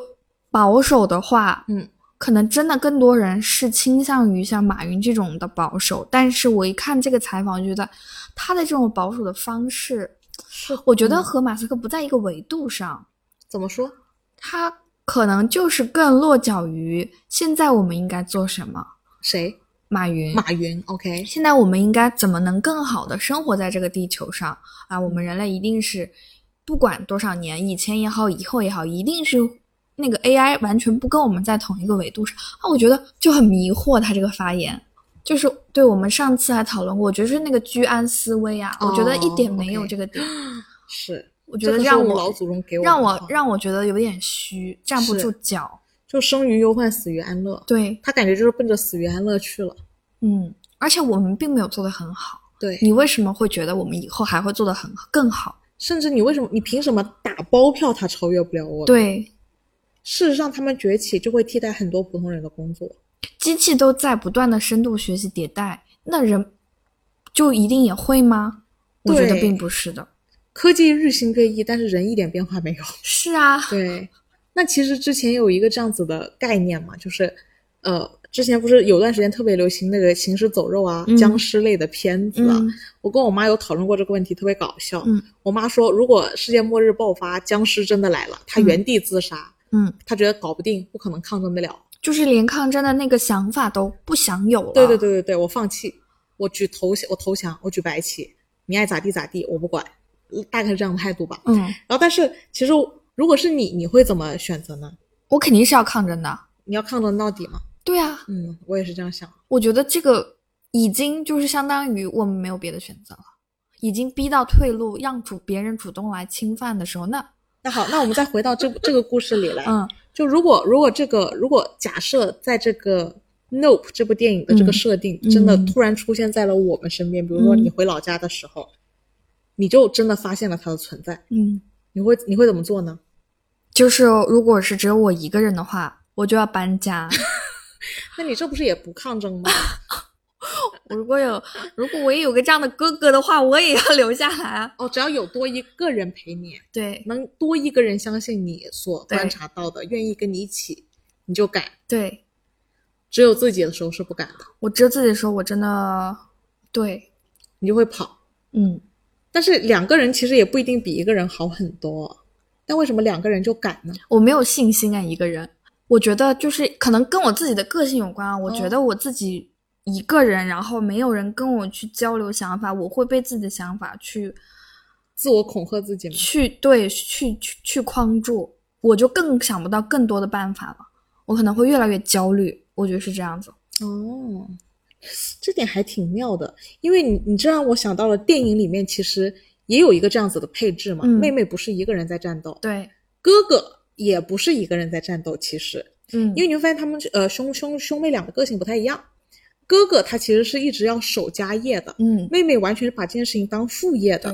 B: 保守的话，
A: 嗯，
B: 可能真的更多人是倾向于像马云这种的保守。但是我一看这个采访，我觉得他的这种保守的方式，
A: 是，
B: 我觉得和马斯克不在一个维度上，
A: 怎么说？
B: 他可能就是更落脚于现在我们应该做什么。
A: 谁？
B: 马云，
A: 马云？OK，
B: 现在我们应该怎么能更好的生活在这个地球上啊？我们人类一定是不管多少年以前也好，以后也好，一定是那个 AI 完全不跟我们在同一个维度上啊！我觉得就很迷惑他这个发言。就是对我们上次还讨论过，我觉得是那个居安思危啊，我觉得一点没有
A: 哦
B: 这 个点，
A: 是，
B: 我觉得
A: 这个是
B: 让
A: 我们
B: 我
A: 老祖宗给我
B: 让
A: 们的
B: 我
A: 话
B: 让我觉得有点虚，站不
A: 是
B: 住脚。
A: 就生于忧患，死于安乐。
B: 对，
A: 他感觉就是奔着死于安乐去了。
B: 嗯，而且我们并没有做得很好，
A: 对，
B: 你为什么会觉得我们以后还会做得很更好？
A: 甚至你为什么？你凭什么打包票他超越不了我？，
B: 对，
A: 事实上他们崛起就会替代很多普通人的工作。
B: 机器都在不断的深度学习迭代，那人就一定也会吗？我觉得
A: 对
B: 并不是的。
A: 科技日新月异，但是人一点变化没有。
B: 是啊，
A: 对，那其实之前有一个这样子的概念嘛，就是，呃，之前不是有段时间特别流行那个行尸走肉啊、
B: 嗯
A: 僵尸类的片子啊，
B: 嗯
A: 我跟我妈有讨论过这个问题，特别搞笑。
B: 嗯
A: 我妈说，如果世界末日爆发，僵尸真的来了，她
B: 嗯
A: 原地自杀，
B: 嗯，
A: 她觉得搞不定，不可能抗争得了。
B: 就是连抗争的那个想法都不想有了。
A: 对对，对对对，我放弃，我举投降，我投降，我举白旗，你爱咋地咋地，我不管，大概是这样的态度吧。
B: 嗯，
A: 然后，但是其实如果是你，你会怎么选择呢？
B: 我肯定是要抗争的。
A: 你要抗争到底吗？
B: 对啊，
A: 嗯，我也是这样想。
B: 我觉得这个已经就是相当于我们没有别的选择了，已经逼到退路，让主别人主动来侵犯的时候，那
A: 那好，那我们再回到这 这个故事里来。
B: 嗯
A: 就如果如果这个如果假设在这个《Nope》这部电影的这个
B: 嗯
A: 设定、
B: 嗯
A: 真的突然出现在了我们身边，比如说
B: 嗯
A: 你回老家的时候，你就真的发现了它的存在，
B: 嗯，
A: 你会你会怎么做呢？
B: 就是如果是只有我一个人的话，我就要搬家。
A: 那你这不是也不抗争 吗？
B: 我如果有，如果我也有个这样的哥哥的话，我也要 留下来啊。
A: 哦，只要有多一个人陪你，
B: 对
A: 能多一个人相信你所
B: 对
A: 观察到的，愿意跟你一起，你就敢。
B: 对，
A: 只有自己的时候是不敢的，
B: 我知道自己的时候，我真的对，
A: 你就会跑。
B: 嗯，
A: 但是两个人其实也不一定比一个人好很多，但为什么两个人就敢呢？
B: 我没有信心啊，一个人。我觉得就是可能跟我自己的个性有关啊。我觉得我自己一个人，然后没有人跟我去交流想法，我会被自己的想法去
A: 自我恐吓自己吗？
B: 去对去去去框住，我就更想不到更多的办法了。我可能会越来越焦虑，我觉得是这样子。
A: 哦，这点还挺妙的，因为你你这让我想到了电影里面其实也有一个这样子的配置嘛，
B: 嗯
A: 妹妹不是一个人在战斗，
B: 对，
A: 哥哥也不是一个人在战斗，其实
B: 嗯，
A: 因为你会发现他们呃兄兄兄妹两个个性不太一样，哥哥他其实是一直要守家业的，
B: 嗯，
A: 妹妹完全是把这件事情当副业的。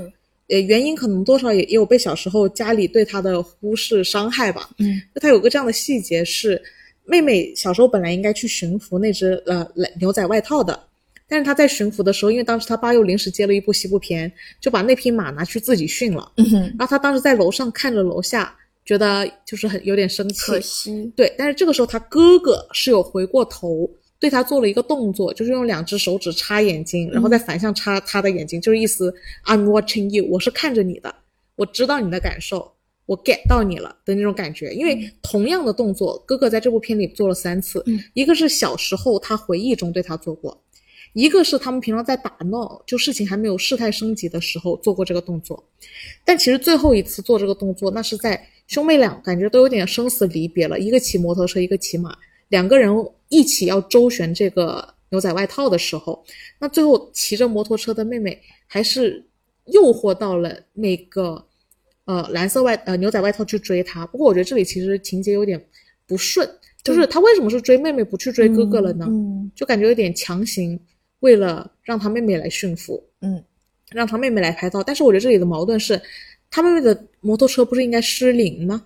B: 对，
A: 呃，原因可能多少也也有被小时候家里对他的忽视伤害吧。
B: 嗯
A: 就他有个这样的细节是，妹妹小时候本来应该去寻服那只呃牛仔外套的，但是她在巡抚的时候，因为当时她爸又临时接了一部西部片，就把那匹马拿去自己训了。
B: 嗯哼，
A: 然后她当时在楼上看着楼下，觉得就是很有点生气
B: 可。惜，
A: 对，但是这个时候她哥哥是有回过头对她做了一个动作，就是用两只手指插眼睛，然后再反向插她的眼睛，就是意思 I'm watching you，我是看着你的，我知道你的感受，我 get 到你了的那种感觉。因为同样的动作，哥哥在这部片里做了三次，
B: 嗯
A: 一个是小时候他回忆中对他做过。一个是他们平常在打闹，就事情还没有事态升级的时候做过这个动作，但其实最后一次做这个动作，那是在兄妹俩感觉都有点生死离别了，一个骑摩托车，一个骑马，两个人一起要周旋这个牛仔外套的时候，那最后骑着摩托车的妹妹还是诱惑到了那个呃蓝色外呃牛仔外套去追她。不过我觉得这里其实情节有点不顺，就是他为什么是追妹妹不去追哥哥了呢？
B: 嗯
A: 就感觉有点强行为了让他妹妹来驯服，
B: 嗯，
A: 让他妹妹来拍照。但是我觉得这里的矛盾是，他妹妹的摩托车不是应该失灵吗？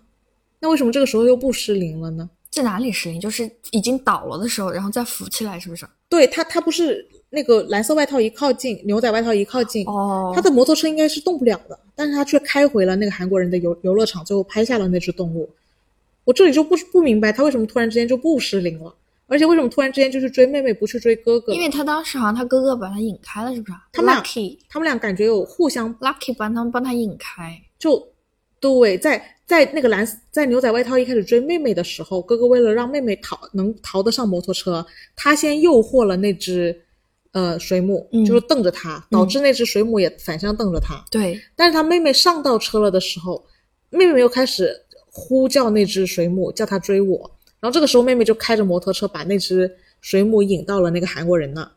A: 那为什么这个时候又不失灵了呢？
B: 这哪里失灵？就是已经倒了的时候，然后再扶起来，是不是？
A: 对他，他不是那个蓝色外套一靠近，牛仔外套一靠近，
B: 哦，
A: 他的摩托车应该是动不了的，但是他却开回了那个韩国人的游游乐场，最后拍下了那只动物。我这里就不不明白他为什么突然之间就不失灵了，而且为什么突然之间就去追妹妹，不去追哥哥？
B: 因为他当时好像他哥哥把他引开了，是不是？
A: 他们俩
B: Lucky
A: 他们俩感觉有互相
B: Lucky 帮他们帮他引开，
A: 就对，在在那个蓝在牛仔外套一开始追妹妹的时候，哥哥为了让妹妹逃能逃得上摩托车，他先诱惑了那只呃水母，
B: 嗯
A: 就是瞪着他，导致那只水母也反向瞪着他。
B: 对，
A: 但是他妹妹上到车了的时候，妹妹又开始呼叫那只水母，叫它追我。然后这个时候，妹妹就开着摩托车把那只水母引到了那个韩国人那。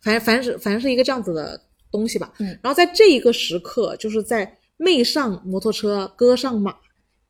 A: 反正反正是反正是一个这样子的东西吧。
B: 嗯
A: 然后在这一个时刻，就是在妹上摩托车，哥上马，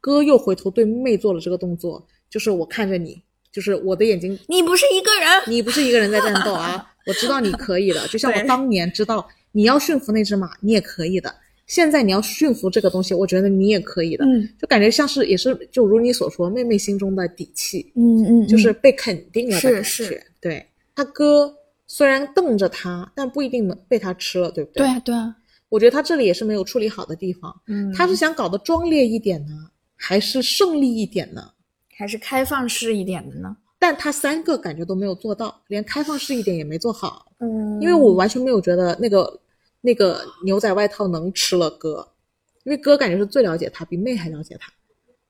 A: 哥又回头对妹做了这个动作，就是我看着你，就是我的眼睛
B: 你不是一个 人，
A: 你不是一个人在战斗 啊！我知道你可以的，就像我
B: 对
A: 当年知道你要驯服那只马，你也可以的。现在你要驯服这个东西，我觉得你也可以的，
B: 嗯
A: 就感觉像是也是就如你所说，妹妹心中的底气，
B: 嗯嗯，
A: 就是被肯定了的
B: 是
A: 感觉。
B: 是
A: 对他哥虽然瞪着他，但不一定能被他吃了，对不
B: 对
A: 对？
B: 啊对啊，
A: 我觉得他这里也是没有处理好的地方。
B: 嗯，
A: 他是想搞得壮烈一点呢，还是胜利一点呢？
B: 还是开放式一点的呢，
A: 但他三个感觉都没有做到，连开放式一点也没做好。
B: 嗯
A: 因为我完全没有觉得那个那个牛仔外套能吃了哥，因为哥感觉是最了解他，比妹还了解他，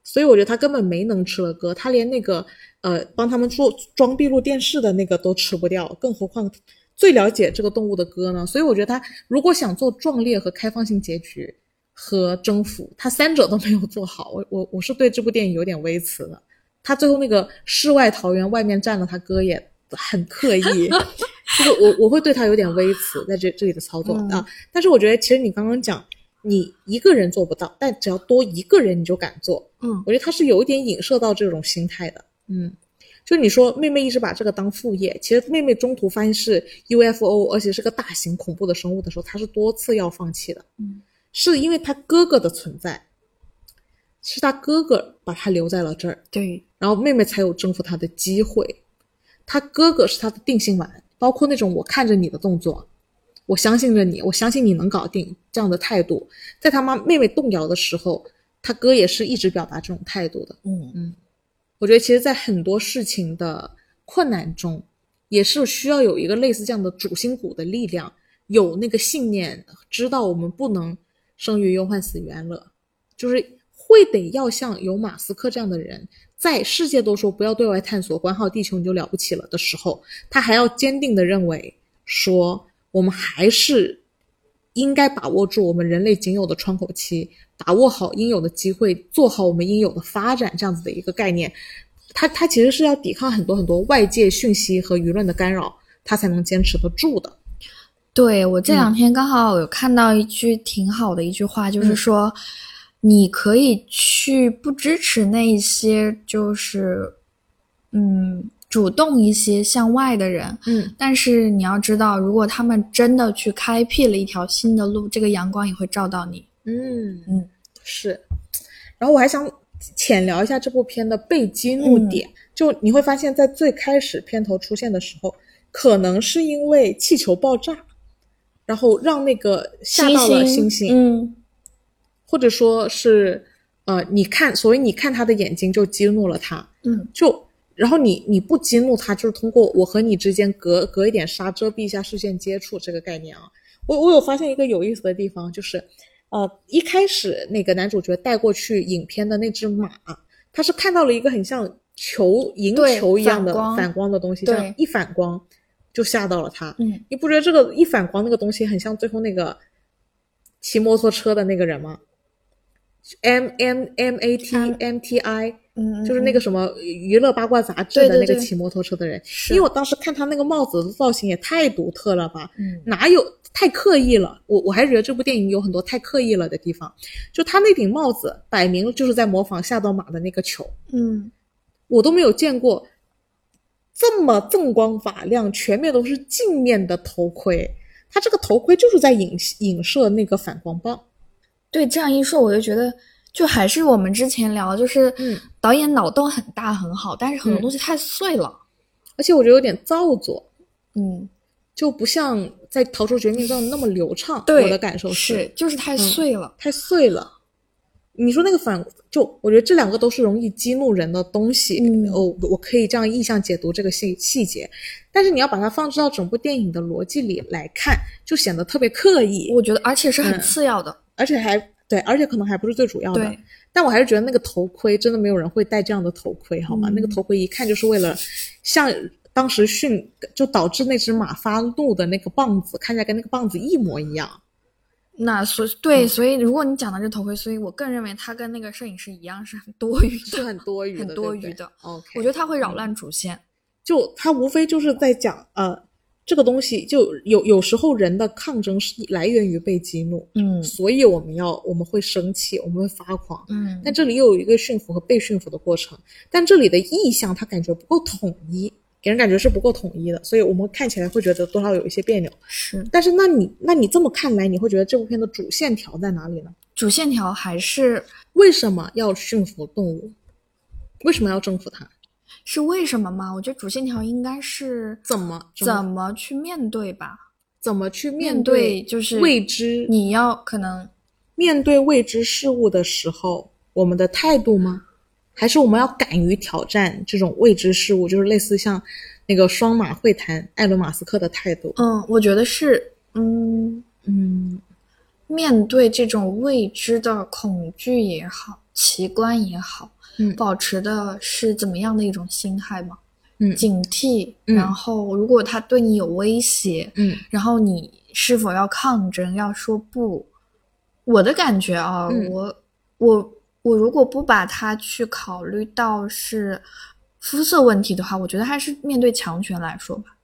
A: 所以我觉得他根本没能吃了哥，他连那个呃帮他们做装闭路电视的那个都吃不掉，更何况最了解这个动物的哥呢？所以我觉得他如果想做壮烈和开放性结局和征服，他三者都没有做好，我我我是对这部电影有点微词的。他最后那个世外桃源外面站了他哥也很刻 意，就是我我会对他有点微词在这这里的操作、
B: 嗯
A: 啊。但是我觉得其实你刚刚讲，你一个人做不到，但只要多一个人你就敢做。
B: 嗯
A: 我觉得他是有一点影射到这种心态的，嗯。就你说妹妹一直把这个当副业，其实妹妹中途发现是 UFO，而且是个大型恐怖的生物的时候，她是多次要放弃的，
B: 嗯，
A: 是因为她哥哥的存在，是她哥哥把她留在了这儿，
B: 对，
A: 然后妹妹才有征服他的机会。他哥哥是他的定心丸，包括那种我看着你的动作，我相信着你，我相信你能搞定这样的态度，在他妈妹妹动摇的时候，他哥也是一直表达这种态度的。
B: 嗯
A: 我觉得其实，在很多事情的困难中，也是需要有一个类似这样的主心骨的力量，有那个信念，知道我们不能生于忧患死于安乐，就是会得要像有马斯克这样的人，在世界都说不要对外探索，管好地球你就了不起了的时候，他还要坚定的认为说，我们还是应该把握住我们人类仅有的窗口期，把握好应有的机会，做好我们应有的发展，这样子的一个概念。他他其实是要抵抗很多很多外界讯息和舆论的干扰，他才能坚持得住的。
B: 对我这
A: 嗯
B: 两天刚好有看到一句挺好的一句话，
A: 嗯
B: 就是说，你可以去不支持那一些就是，嗯，主动一些向外的人，
A: 嗯，
B: 但是你要知道，如果他们真的去开辟了一条新的路，这个阳光也会照到你。
A: 嗯
B: 嗯，
A: 嗯是。然后我还想浅聊一下这部片的被激怒点，就你会发现在最开始片头出现的时候，可能是因为气球爆炸，然后让那个吓到了星星，
B: 嗯，
A: 或者说是呃，你看，所以你看他的眼睛就激怒了他，
B: 嗯，
A: 就然后你你不激怒他，就是通过我和你之间隔隔一点纱遮蔽一下视线接触这个概念啊。我我有发现一个有意思的地方，就是呃一开始那个男主角带过去影片的那只马，他是看到了一个很像球银
B: 对
A: 球一样的
B: 反光
A: 反光的东西，这
B: 对
A: 样一反光就吓到了他。
B: 嗯，
A: 你不觉得这个一反光那个东西很像最后那个骑摩托车的那个人吗？M M M A T M T I，
B: 嗯，
A: 就是那个什么娱乐八卦杂志
B: 对
A: 的
B: 对
A: 那个
B: 对
A: 骑摩托车的人。
B: 是，
A: 因为我当时看他那个帽子的造型也太独特了吧，
B: 嗯
A: 哪有太刻意了？我我还是觉得这部电影有很多太刻意了的地方。就他那顶帽子，摆明了就是在模仿吓到马的那个球。
B: 嗯
A: 我都没有见过这么锃光瓦亮、全面都是镜面的头盔。它这个头盔就是在影影射那个反光棒。
B: 对，这样一说我就觉得。就还是我们之前聊，就是
A: 嗯
B: 导演脑洞很大很好，但是很多
A: 嗯
B: 东西太碎了。
A: 而且我觉得有点造作，
B: 嗯，
A: 就不像在《逃出绝命镇》那么流畅。
B: 对，
A: 我的感受嗯
B: 是就是太碎了。
A: 太碎了。你说那个反，就我觉得这两个都是容易激怒人的东西。
B: 嗯
A: 哦，我可以这样意象解读这个细细节，但是你要把它放置到整部电影的逻辑里来看，就显得特别刻意。
B: 我觉得，而且是很
A: 嗯
B: 次要的。
A: 而且还对，而且可能还不是最主要的
B: 对。
A: 但我还是觉得那个头盔真的没有人会戴这样的头盔，好吗？
B: 嗯
A: 那个头盔一看就是为了像当时训就导致那只马发怒的那个棒子，看起来跟那个棒子一模一样。
B: 那所对，
A: 嗯
B: 所以如果你讲到这头盔，所以我更认为它跟那个摄影师一样是很多余
A: 是
B: 的。
A: 很多余的，
B: 很多余
A: 对不对
B: 的。
A: OK，
B: 我觉得它会扰乱主线。
A: 就他无非就是在讲呃，这个东西就有有时候人的抗争是来源于被激怒，
B: 嗯
A: 所以我们要我们会生气，我们会发狂。
B: 嗯
A: 但这里又有一个驯服和被驯服的过程，但这里的意象它感觉不够统一，给人感觉是不够统一的，所以我们看起来会觉得多少有一些别扭。
B: 是
A: 但是那你那你这么看来，你会觉得这部片的主线条在哪里呢？
B: 主线条还是
A: 为什么要驯服动物？为什么要征服它？
B: 是为什么吗？我觉得主线条应该是
A: 怎么征服
B: 怎么去面对吧，
A: 怎么去
B: 面
A: 对
B: 就是
A: 未知？
B: 你要可能
A: 面对未知事物的时候，我们的态度吗？还是我们要敢于挑战这种未知事物？就是类似像那个双马会谈，艾伦马斯克的态度。
B: 嗯，我觉得是嗯，
A: 嗯，
B: 面对这种未知的恐惧也好，奇观也好，
A: 嗯
B: 保持的是怎么样的一种心态吗？
A: 嗯
B: 警惕。
A: 嗯
B: 然后，如果他对你有威胁，
A: 嗯
B: 然后你是否要抗争，要说不？我的感觉啊，
A: 嗯
B: 我我我如果不把它去考虑到是肤色问题的话，我觉得还是面对强权来说吧。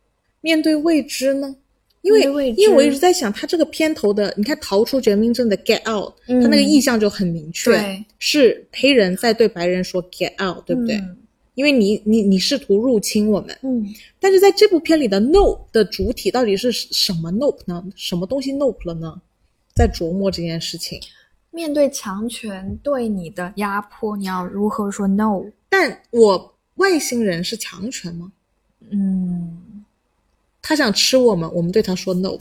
A: 面对未知呢？因为
B: 面对未知
A: 因为我一直在想，他这个片头的，你看《逃出绝命镇》的 Get Out，、
B: 嗯
A: 他那个意象就很明确，
B: 对
A: 是黑人在对白人说 Get Out，对不对？
B: 嗯
A: 因为你你你试图入侵我们，
B: 嗯
A: 但是在这部片里的 nope 的主体到底是什么 nope 呢？什么东西 nope 了呢？在琢磨这件事情，
B: 面对强权对你的压迫，你要如何说 no？
A: 但我外星人是强权吗？
B: 嗯，
A: 他想吃我们，我们对他说 nope。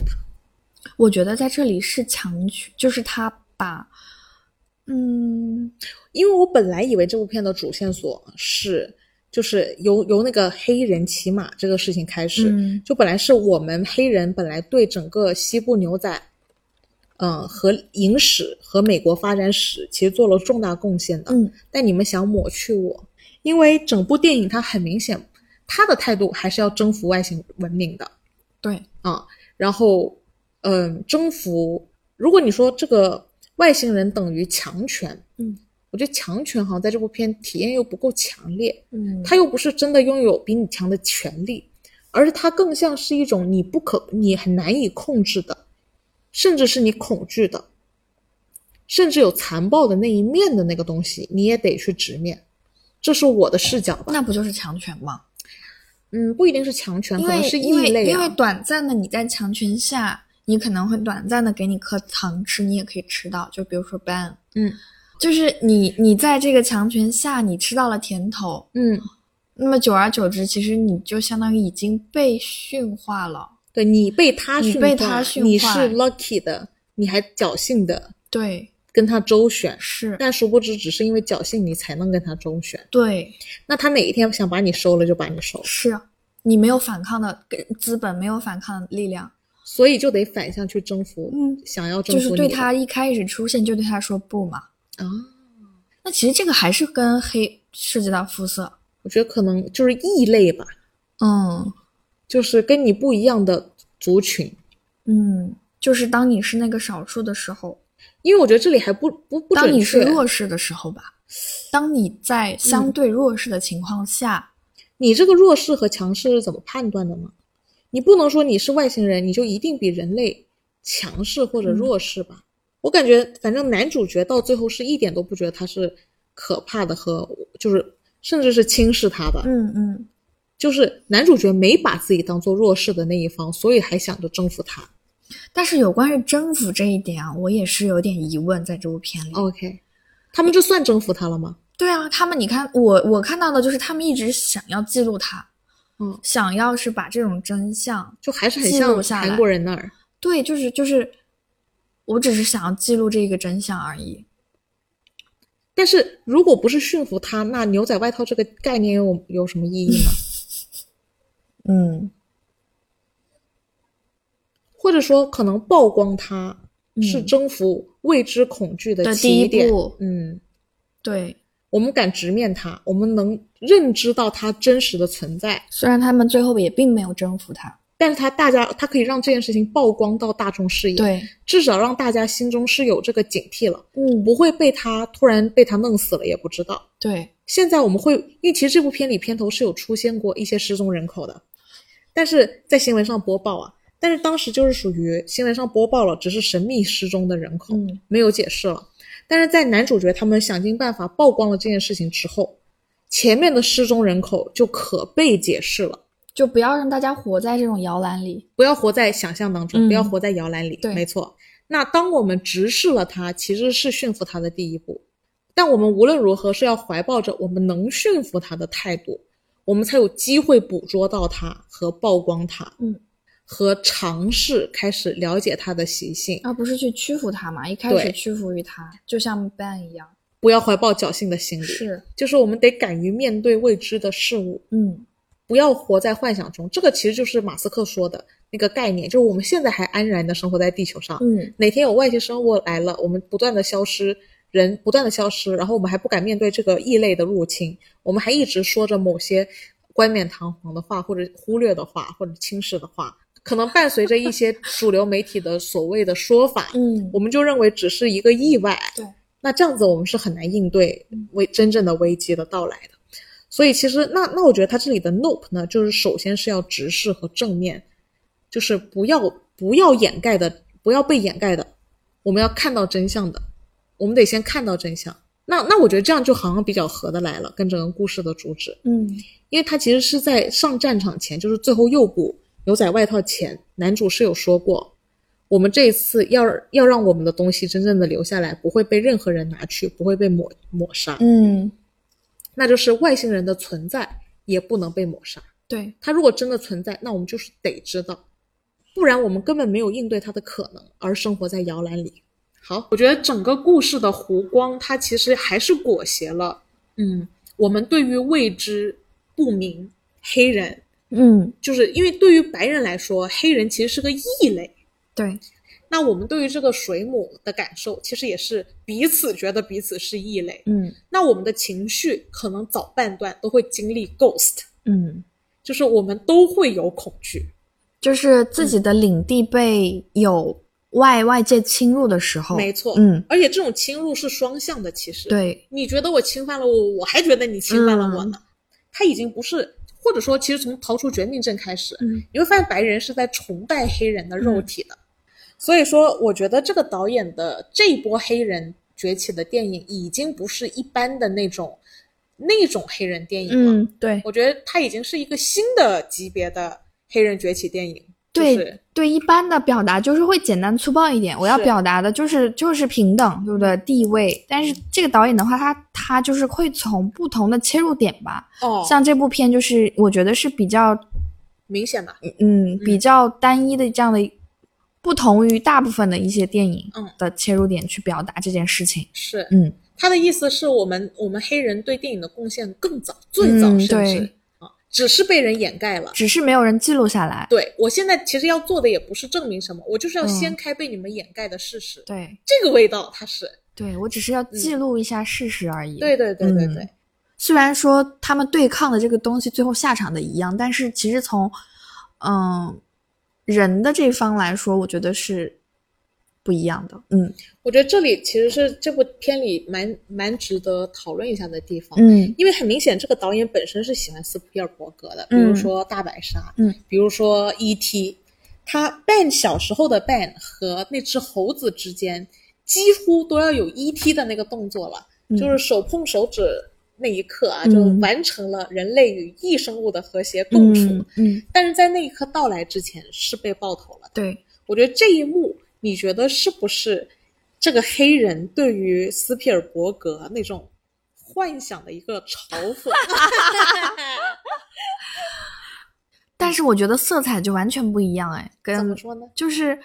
B: 我觉得在这里是强取，就是他把，嗯，
A: 因为我本来以为这部片的主线索是，就是由由那个黑人骑马这个事情开始，
B: 嗯
A: 就本来是我们黑人本来对整个西部牛仔，嗯、和影史和美国发展史其实做了重大贡献的，
B: 嗯，
A: 但你们想抹去我，因为整部电影它很明显，他的态度还是要征服外星文明的，
B: 对，
A: 啊，然后，嗯，征服。如果你说这个外星人等于强权，
B: 嗯，
A: 我觉得强权好像在这部片体验又不够强烈，
B: 嗯
A: 他又不是真的拥有比你强的权利，而是它更像是一种你不可、你很难以控制的，甚至是你恐惧的，甚至有残暴的那一面的那个东西，你也得去直面。这是我的视角吧，
B: 那不就是强权吗？
A: 嗯，不一定是强权，
B: 因
A: 可能
B: 为
A: 是异
B: 因为
A: 类啊。
B: 因为短暂的你在强权下，你可能会短暂的给你颗糖吃，你也可以吃到，就比如说 ban，
A: 嗯
B: 就是你你在这个强权下，你吃到了甜头，
A: 嗯
B: 那么久而久之，其实你就相当于已经被驯化了。
A: 对你被他
B: 你
A: 驯
B: 被
A: 化，
B: 他驯
A: 你
B: 化
A: 是 lucky 的，你还侥幸的
B: 对，
A: 跟他周旋，
B: 是，
A: 但殊不知只是因为侥幸你才能跟他周旋。
B: 对，
A: 那他哪一天想把你收了就把你收了，
B: 是你没有反抗的跟资本，没有反抗的力量。
A: 所以就得反向去征服，
B: 嗯
A: 想要征
B: 就是
A: 服你的
B: 对他一开始出现就对他说不嘛。
A: 啊。
B: 那其实这个还是跟黑涉及到肤色，
A: 我觉得可能就是异类吧，
B: 嗯
A: 就是跟你不一样的族群，
B: 嗯，就是当你是那个少数的时候，
A: 因为我觉得这里还不不不
B: 当
A: 准
B: 你是
A: 确。
B: 弱势的时候吧，当你在相
A: 嗯
B: 对弱势的情况下，
A: 你这个弱势和强势是怎么判断的呢？你不能说你是外星人，你就一定比人类强势或者
B: 嗯
A: 弱势吧？我感觉，反正男主角到最后是一点都不觉得他是可怕的和就是甚至是轻视他的，
B: 嗯嗯，
A: 就是男主角没把自己当做弱势的那一方，所以还想着征服他。
B: 但是有关于征服这一点啊，我也是有点疑问，在这部片里。
A: OK，他们这算征服他了吗？
B: 对啊，他们你看，我我看到的就是他们一直想要记录它，
A: 嗯，
B: 想要是把这种真相，
A: 就还是很
B: 记
A: 像
B: 录下来
A: 韩国人那儿。
B: 对，就是就是，我只是想要记录这个真相而已。
A: 但是如果不是驯服他，那牛仔外套这个概念有有什么意义呢？
B: 嗯，
A: 或者说，可能曝光它
B: 嗯
A: 是征服未知恐惧的
B: 的第一
A: 起点。
B: 步
A: 嗯，
B: 对。
A: 我们敢直面它，我们能认知到它真实的存在，
B: 虽然他们最后也并没有征服他，
A: 但是它大家，它可以让这件事情曝光到大众视野，，
B: 对，
A: 至少让大家心中是有这个警惕了，
B: 嗯，
A: 不会被它突然被它弄死了也不知道。
B: 对，
A: 现在我们会，因为其实这部片里片头是有出现过一些失踪人口的，但是在新闻上播报啊，但是当时就是属于新闻上播报了，只是神秘失踪的人口，
B: 嗯
A: 没有解释了。但是在男主角他们想尽办法曝光了这件事情之后，前面的失踪人口就可被解释了。
B: 就不要让大家活在这种摇篮里。
A: 不要活在想象当中，
B: 嗯
A: 不要活在摇篮里。
B: 对
A: 没错。那当我们直视了它，其实是驯服它的第一步。但我们无论如何是要怀抱着我们能驯服它的态度，我们才有机会捕捉到它和曝光它，
B: 嗯，
A: 和尝试开始了解它的习性。
B: 而不是去屈服他嘛。一开
A: 对
B: 始屈服于他，就像 ban 一样。
A: 不要怀抱侥幸的心理，
B: 是，
A: 就是我们得敢于面对未知的事物，
B: 嗯，
A: 不要活在幻想中。这个其实就是马斯克说的那个概念，就是我们现在还安然的生活在地球上，
B: 嗯，
A: 哪天有外星生物来了，我们不断的消失，人不断的消失，然后我们还不敢面对这个异类的入侵，我们还一直说着某些冠冕堂皇的话，或者忽略的话，或者轻视的话，可能伴随着一些主流媒体的所谓的说法，
B: 嗯
A: 我，们就认为只是一个意外。
B: 对，
A: 那这样子我们是很难应对危真正的危机的到来的。所以其实那那我觉得他这里的 nope 呢，就是首先是要直视和正面，就是不要不要掩盖的，不要被掩盖的，我们要看到真相的，我们得先看到真相。那那我觉得这样就好像比较合得来了，跟整个故事的主旨，
B: 嗯，
A: 因为他其实是在上战场前，就是最后诱捕牛仔外套前，男主是有说过，我们这一次要要让我们的东西真正的留下来，不会被任何人拿去，不会被抹抹杀，
B: 嗯，
A: 那就是外星人的存在也不能被抹杀。
B: 对，
A: 他如果真的存在，那我们就是得知道，不然我们根本没有应对他的可能，而生活在摇篮里。好，我觉得整个故事的弧光，它其实还是裹挟了，嗯，我们对于未知、不明、黑人，
B: 嗯，
A: 就是因为对于白人来说，黑人其实是个异类。
B: 对，
A: 那我们对于这个水母的感受，其实也是彼此觉得彼此是异类。
B: 嗯
A: 那我们的情绪可能早半段都会经历 ghost，
B: 嗯，
A: 就是我们都会有恐惧。
B: 就是
A: 嗯
B: 自己的领地被有外外界侵入的时候，
A: 没错，
B: 嗯，
A: 而且这种侵入是双向的，其实，
B: 对，
A: 你觉得我侵犯了我，我还觉得你侵犯了我呢。他已经不是，或者说，其实从逃出绝命镇开始，
B: 嗯
A: 你会发现白人是在崇拜黑人的肉体的。所以说，我觉得这个导演的这一波黑人崛起的电影，已经不是一般的那种那种黑人电影了。
B: 嗯，对，
A: 我觉得它已经是一个新的级别的黑人崛起电影。
B: 对、
A: 就是
B: 对，一般的表达就是会简单粗暴一点。我要
A: 是
B: 表达的就是就是平等，对不对？地位。但是这个导演的话，他他就是会从不同的切入点吧。
A: 哦，
B: 像这部片，就是我觉得是比较
A: 明显吧？
B: 嗯比较单一的这样的，不同于大部分的一些电影
A: 嗯
B: 的切入点去表达这件事情。
A: 是，
B: 嗯，
A: 他的意思是我们我们黑人对电影的贡献更早，最早甚
B: 嗯
A: 至、
B: 对
A: 啊，只是被人掩盖了。
B: 只是没有人记录下来。
A: 对我现在其实要做的也不是证明什么，我就是要
B: 嗯
A: 掀开被你们掩盖的事实，
B: 对
A: 这个味道它是
B: 对，我只是要记录一下事实而已。
A: 嗯对对对对
B: 嗯
A: 对，
B: 虽然说他们对抗的这个东西最后下场的一样，但是其实从嗯、人的这方来说，我觉得是不一样的。嗯
A: 我觉得这里其实是这部片里蛮蛮值得讨论一下的地方。
B: 嗯
A: 因为很明显，这个导演本身是喜欢斯皮尔伯格的，比
B: 嗯
A: 如说《大白鲨》，
B: 嗯，
A: 比如说《E.T.》，他 Ben 小时候的 Ben 和那只猴子之间，几乎都要有 E.T. 的那个动作了，
B: 嗯
A: 就是手碰手指那一刻啊，
B: 嗯
A: 就完成了人类与异生物的和谐共处。
B: 嗯嗯，
A: 但是在那一刻到来之前，是被爆头了的。
B: 对，
A: 我觉得这一幕，你觉得是不是这个黑人对于斯皮尔伯格那种幻想的一个嘲 讽？
B: 但是我觉得色彩就完全不一样哎，
A: 怎
B: 跟
A: 么说呢？
B: 就是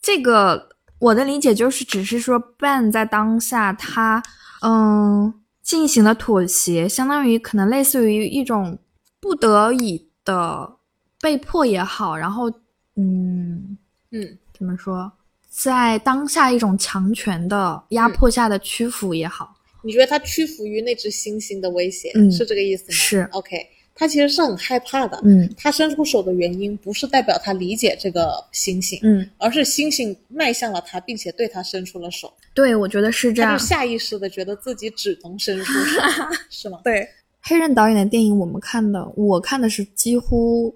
B: 这个我的理解就是，只是说 Ben 在当下他嗯进行了妥协，相当于可能类似于一种不得已的被迫也好，然后嗯
A: 嗯，
B: 怎么说，在当下一种强权的压迫下的屈服也好，
A: 你觉得他屈服于那只猩猩的威胁，
B: 嗯
A: 是这个意思吗？
B: 是
A: OK，他其实是很害怕的。
B: 嗯
A: 他伸出手的原因，不是代表他理解这个猩猩，
B: 嗯，
A: 而是猩猩迈向了他，并且对他伸出了手。
B: 对，我觉得是啊这
A: 他
B: 样
A: 就。下意识的觉得自己只能伸出 手，是吗？
B: 对，黑人导演的电影，我们看的，我看的是几乎，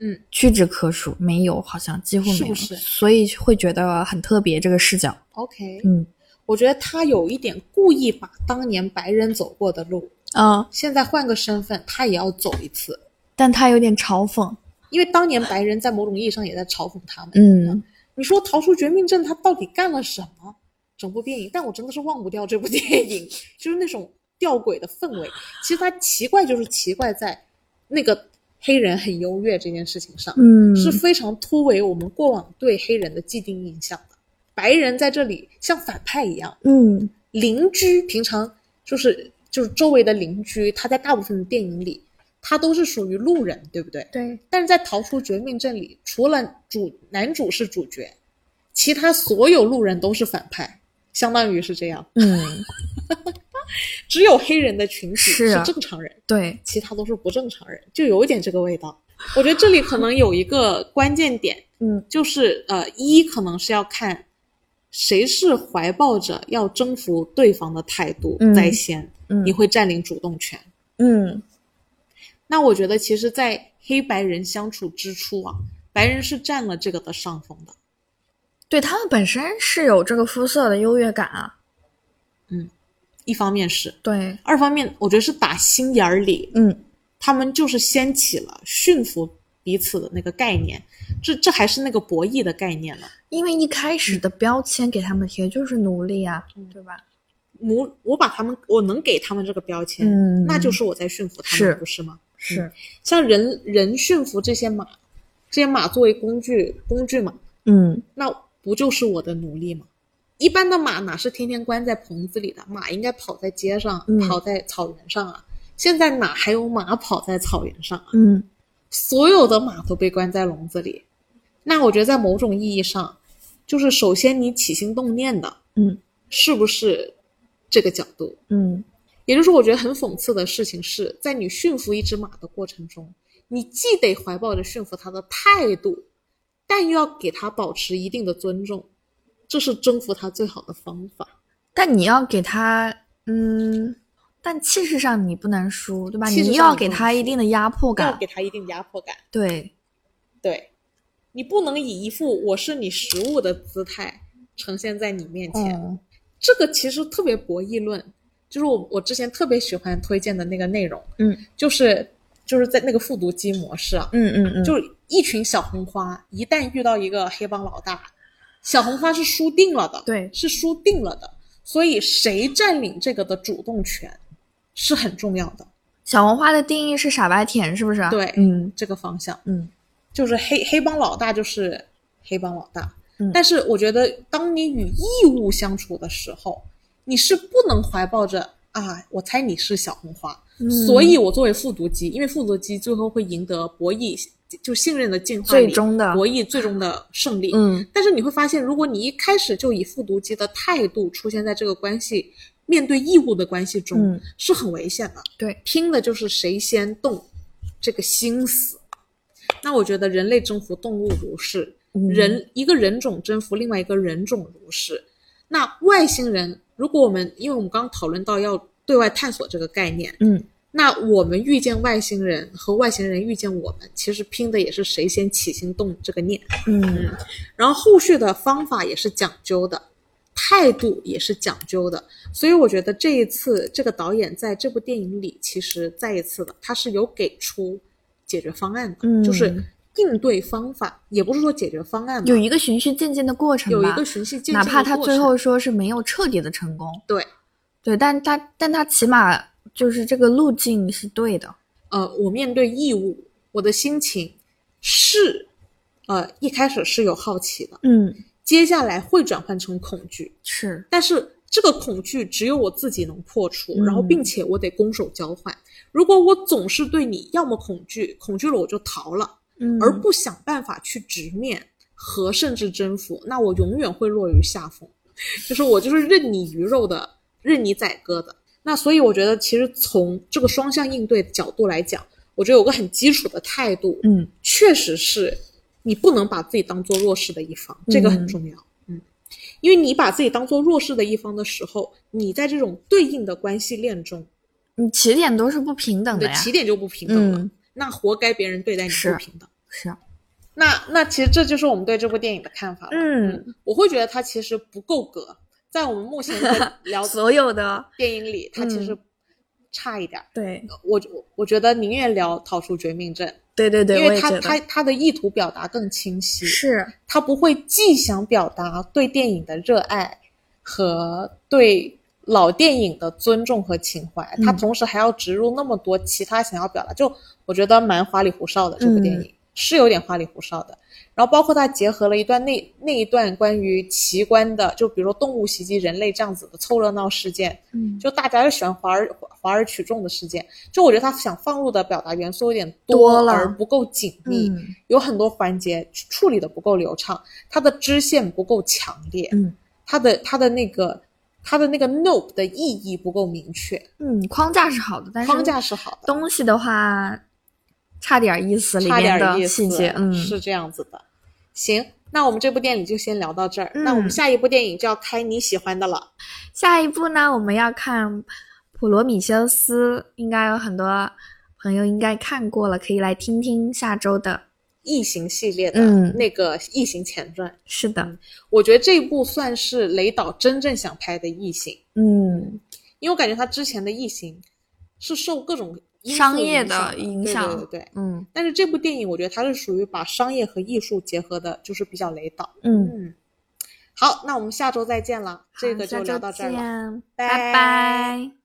A: 嗯，
B: 屈指可数，没有，好像几乎没
A: 是不
B: 有，
A: 是
B: 所以会觉得很特别这个视角，
A: OK，
B: 嗯
A: 我觉得他有一点故意把当年白人走过的路，
B: 啊、
A: 现在换个身份，他也要走一次，
B: 但他有点嘲讽，
A: 因为当年白人在某种意义上也在嘲讽他们。
B: 嗯，
A: 你说逃出绝命镇，他到底干了什么？整部电影，但我真的是忘不掉这部电影， 就是那种吊诡的氛围。其实它奇怪，就是奇怪在那个黑人很优越这件事情上，
B: 嗯，
A: 是非常突围我们过往对黑人的既定印象的。白人在这里像反派一样，
B: 嗯
A: 邻居平常就是就是周围的邻居，他在大部分的电影里，他都是属于路人，对不对？
B: 对，
A: 但是在《逃出绝命镇》里，除了主男主是主角，其他所有路人都是反派，相当于是这样，
B: 嗯
A: 只有黑人的群体
B: 是啊
A: 是正常人，
B: 对，
A: 其他都是不正常人，就有一点这个味道。我觉得这里可能有一个关键点，
B: 嗯
A: 就是呃，一可能是要看谁是怀抱着要征服对方的态度
B: 嗯
A: 在先，
B: 嗯
A: 你会占领主动权。
B: 嗯
A: 那我觉得，其实，在黑白人相处之初啊，白人是占了这个的上风的。
B: 对他们本身是有这个肤色的优越感啊，
A: 一方面是，
B: 对，
A: 二方面，我觉得是打心眼儿里，
B: 嗯
A: 他们就是掀起了驯服彼此的那个概念，这这还是那个博弈的概念了。
B: 因为一开始的标签给他们贴就是奴隶啊，
A: 嗯
B: 对吧？
A: 奴，我把他们，我能给他们这个标签，
B: 嗯
A: 那就是我在驯服他
B: 是
A: 们，不是吗？
B: 是，
A: 像人人驯服这些马，这些马作为工具工具嘛，
B: 嗯
A: 那不就是我的奴隶吗？一般的马哪是天天关在棚子里的？马应该跑在街上，
B: 嗯
A: 跑在草原上啊。现在哪还有马跑在草原上啊？
B: 嗯
A: 所有的马都被关在笼子里。那我觉得在某种意义上，就是首先你起心动念的
B: 嗯
A: 是不是这个角度？
B: 嗯
A: 也就是说，我觉得很讽刺的事情是在你驯服一只马的过程中，你既得怀抱着驯服它的态度，但又要给它保持一定的尊重，这是征服它最好的方法。
B: 但你要给他，嗯，但气势上你不能输，对吧？
A: 气势上
B: 你又要
A: 你不
B: 给
A: 能
B: 他一
A: 输
B: 定的压迫
A: 要
B: 感
A: 给，它一定压迫感，
B: 对，
A: 对，你不能以一副我是你食物的姿态呈现在你面前。
B: 嗯
A: 这个其实特别博弈论，就是我我之前特别喜欢推荐的那个内容，
B: 嗯
A: 就是就是在那个复读机模式啊，
B: 嗯嗯嗯，
A: 就一群小红花一旦遇到一个黑帮老大，小红花是输定了的，
B: 对
A: 是输定了的。所以谁占领这个的主动权是很重要的。
B: 小红花的定义是傻白甜，是不是？
A: 对
B: 嗯
A: 这个方向
B: 嗯，
A: 就是黑黑帮老大就是黑帮老大，
B: 嗯
A: 但是我觉得当你与义务相处的时候，你是不能怀抱着啊，我猜你是小红花，
B: 嗯
A: 所以我作为复读机，因为复读机最后会赢得博弈，就信任的进化里
B: 最终的
A: 博弈最终的胜利。
B: 嗯
A: 但是你会发现，如果你一开始就以复读机的态度出现在这个关系面对义务的关系中，
B: 嗯
A: 是很危险的。
B: 对，
A: 拼的就是谁先动这个心思。那我觉得人类征服动物如是，
B: 嗯
A: 人一个人种征服另外一个人种如是。那外星人，如果我们因为我们刚刚讨论到要对外探索这个概念，
B: 嗯
A: 那我们遇见外星人和外星人遇见我们，其实拼的也是谁先起心动这个念。
B: 嗯
A: 然后后续的方法也是讲究的，态度也是讲究的，所以我觉得这一次这个导演在这部电影里，其实再一次的他是有给出解决方案的，
B: 嗯
A: 就是应对方法，也不是说解决方案吧，
B: 有一个循序渐进的过程吧，
A: 有一个循序渐进的
B: 哪
A: 过程，
B: 怕他最后说是没有彻底的成功，
A: 对，
B: 对，但他但他起码就是这个路径是对的，
A: 呃，我面对义务，我的心情是，呃，一开始是有好奇的，
B: 嗯，
A: 接下来会转换成恐惧，
B: 是，
A: 但是这个恐惧只有我自己能破除，
B: 嗯
A: 然后并且我得攻守交换。如果我总是对你要么恐惧，恐惧了我就逃了，
B: 嗯，
A: 而不想办法去直面和甚至征服，那我永远会落于下风。就是我就是任你鱼肉的，任你宰割的。那所以我觉得，其实从这个双向应对的角度来讲，我觉得有个很基础的态度，
B: 嗯
A: 确实是你不能把自己当做弱势的一方，这个很重要。嗯，因为你把自己当做弱势的一方的时候，你在这种对应的关系链中，
B: 你起点都是不平等
A: 你的
B: 呀，
A: 起点就不平等了，
B: 嗯
A: 那活该别人对待你
B: 是
A: 不平等。
B: 是，
A: 那那其实这就是我们对这部电影的看法了。
B: 嗯，
A: 我会觉得它其实不够格，在我们目前 的聊
B: 所嗯有的
A: 电影里，它其实差一点儿。
B: 对
A: 我我觉得宁愿聊《逃出绝命镇
B: 对对》，对，
A: 因
B: 我
A: 为
B: 也
A: 它
B: 觉
A: 它
B: 得
A: 它的意图表达更清晰。
B: 是，
A: 他不会既想表达对电影的热爱和对老电影的尊重和情怀，
B: 嗯
A: 他同时还要植入那么多其他想要表达，就我觉得蛮花里胡哨的。这部电影、
B: 嗯
A: 是有点花里胡哨的，然后包括它结合了一段那那一段关于奇观的，就比如说动物袭击人类这样子的凑热闹事件，
B: 嗯
A: 就大家又喜欢华而华而取众的事件，就我觉得他想放入的表达元素有点
B: 多了
A: 而不够紧密。
B: 嗯
A: 有很多环节处理的不够流畅，它的支线不够强烈，
B: 嗯
A: 它的它的那个它的那个 nope 的意义不够明确，
B: 嗯，框架是好的，但是
A: 框架是好的，
B: 东西的话，差点意思里
A: 差
B: 面
A: 点
B: 的
A: 意思，
B: 细节，嗯，
A: 是这样子的。行，那我们这部电影就先聊到这儿，
B: 嗯
A: 那我们下一部电影就要开你喜欢的了，
B: 下一步呢，我们要看《普罗米修斯》，应该有很多朋友应该看过了，可以来听听下周的。
A: 异形系列的
B: 嗯
A: 那个异形前传，
B: 是的，
A: 我觉得这一部算是雷导真正想拍的异形，
B: 嗯，
A: 因为我感觉他之前的异形是受各种因素
B: 商业的
A: 的
B: 影
A: 对
B: 响，
A: 对对对。
B: 嗯
A: 但是这部电影，我觉得它是属于把商业和艺术结合的，就是比较雷导。
B: 嗯，
A: 嗯，好，那我们下周再见了，这个
B: 好
A: 就
B: 下
A: 聊
B: 周
A: 到这儿了。
B: 见
A: 拜
B: 拜拜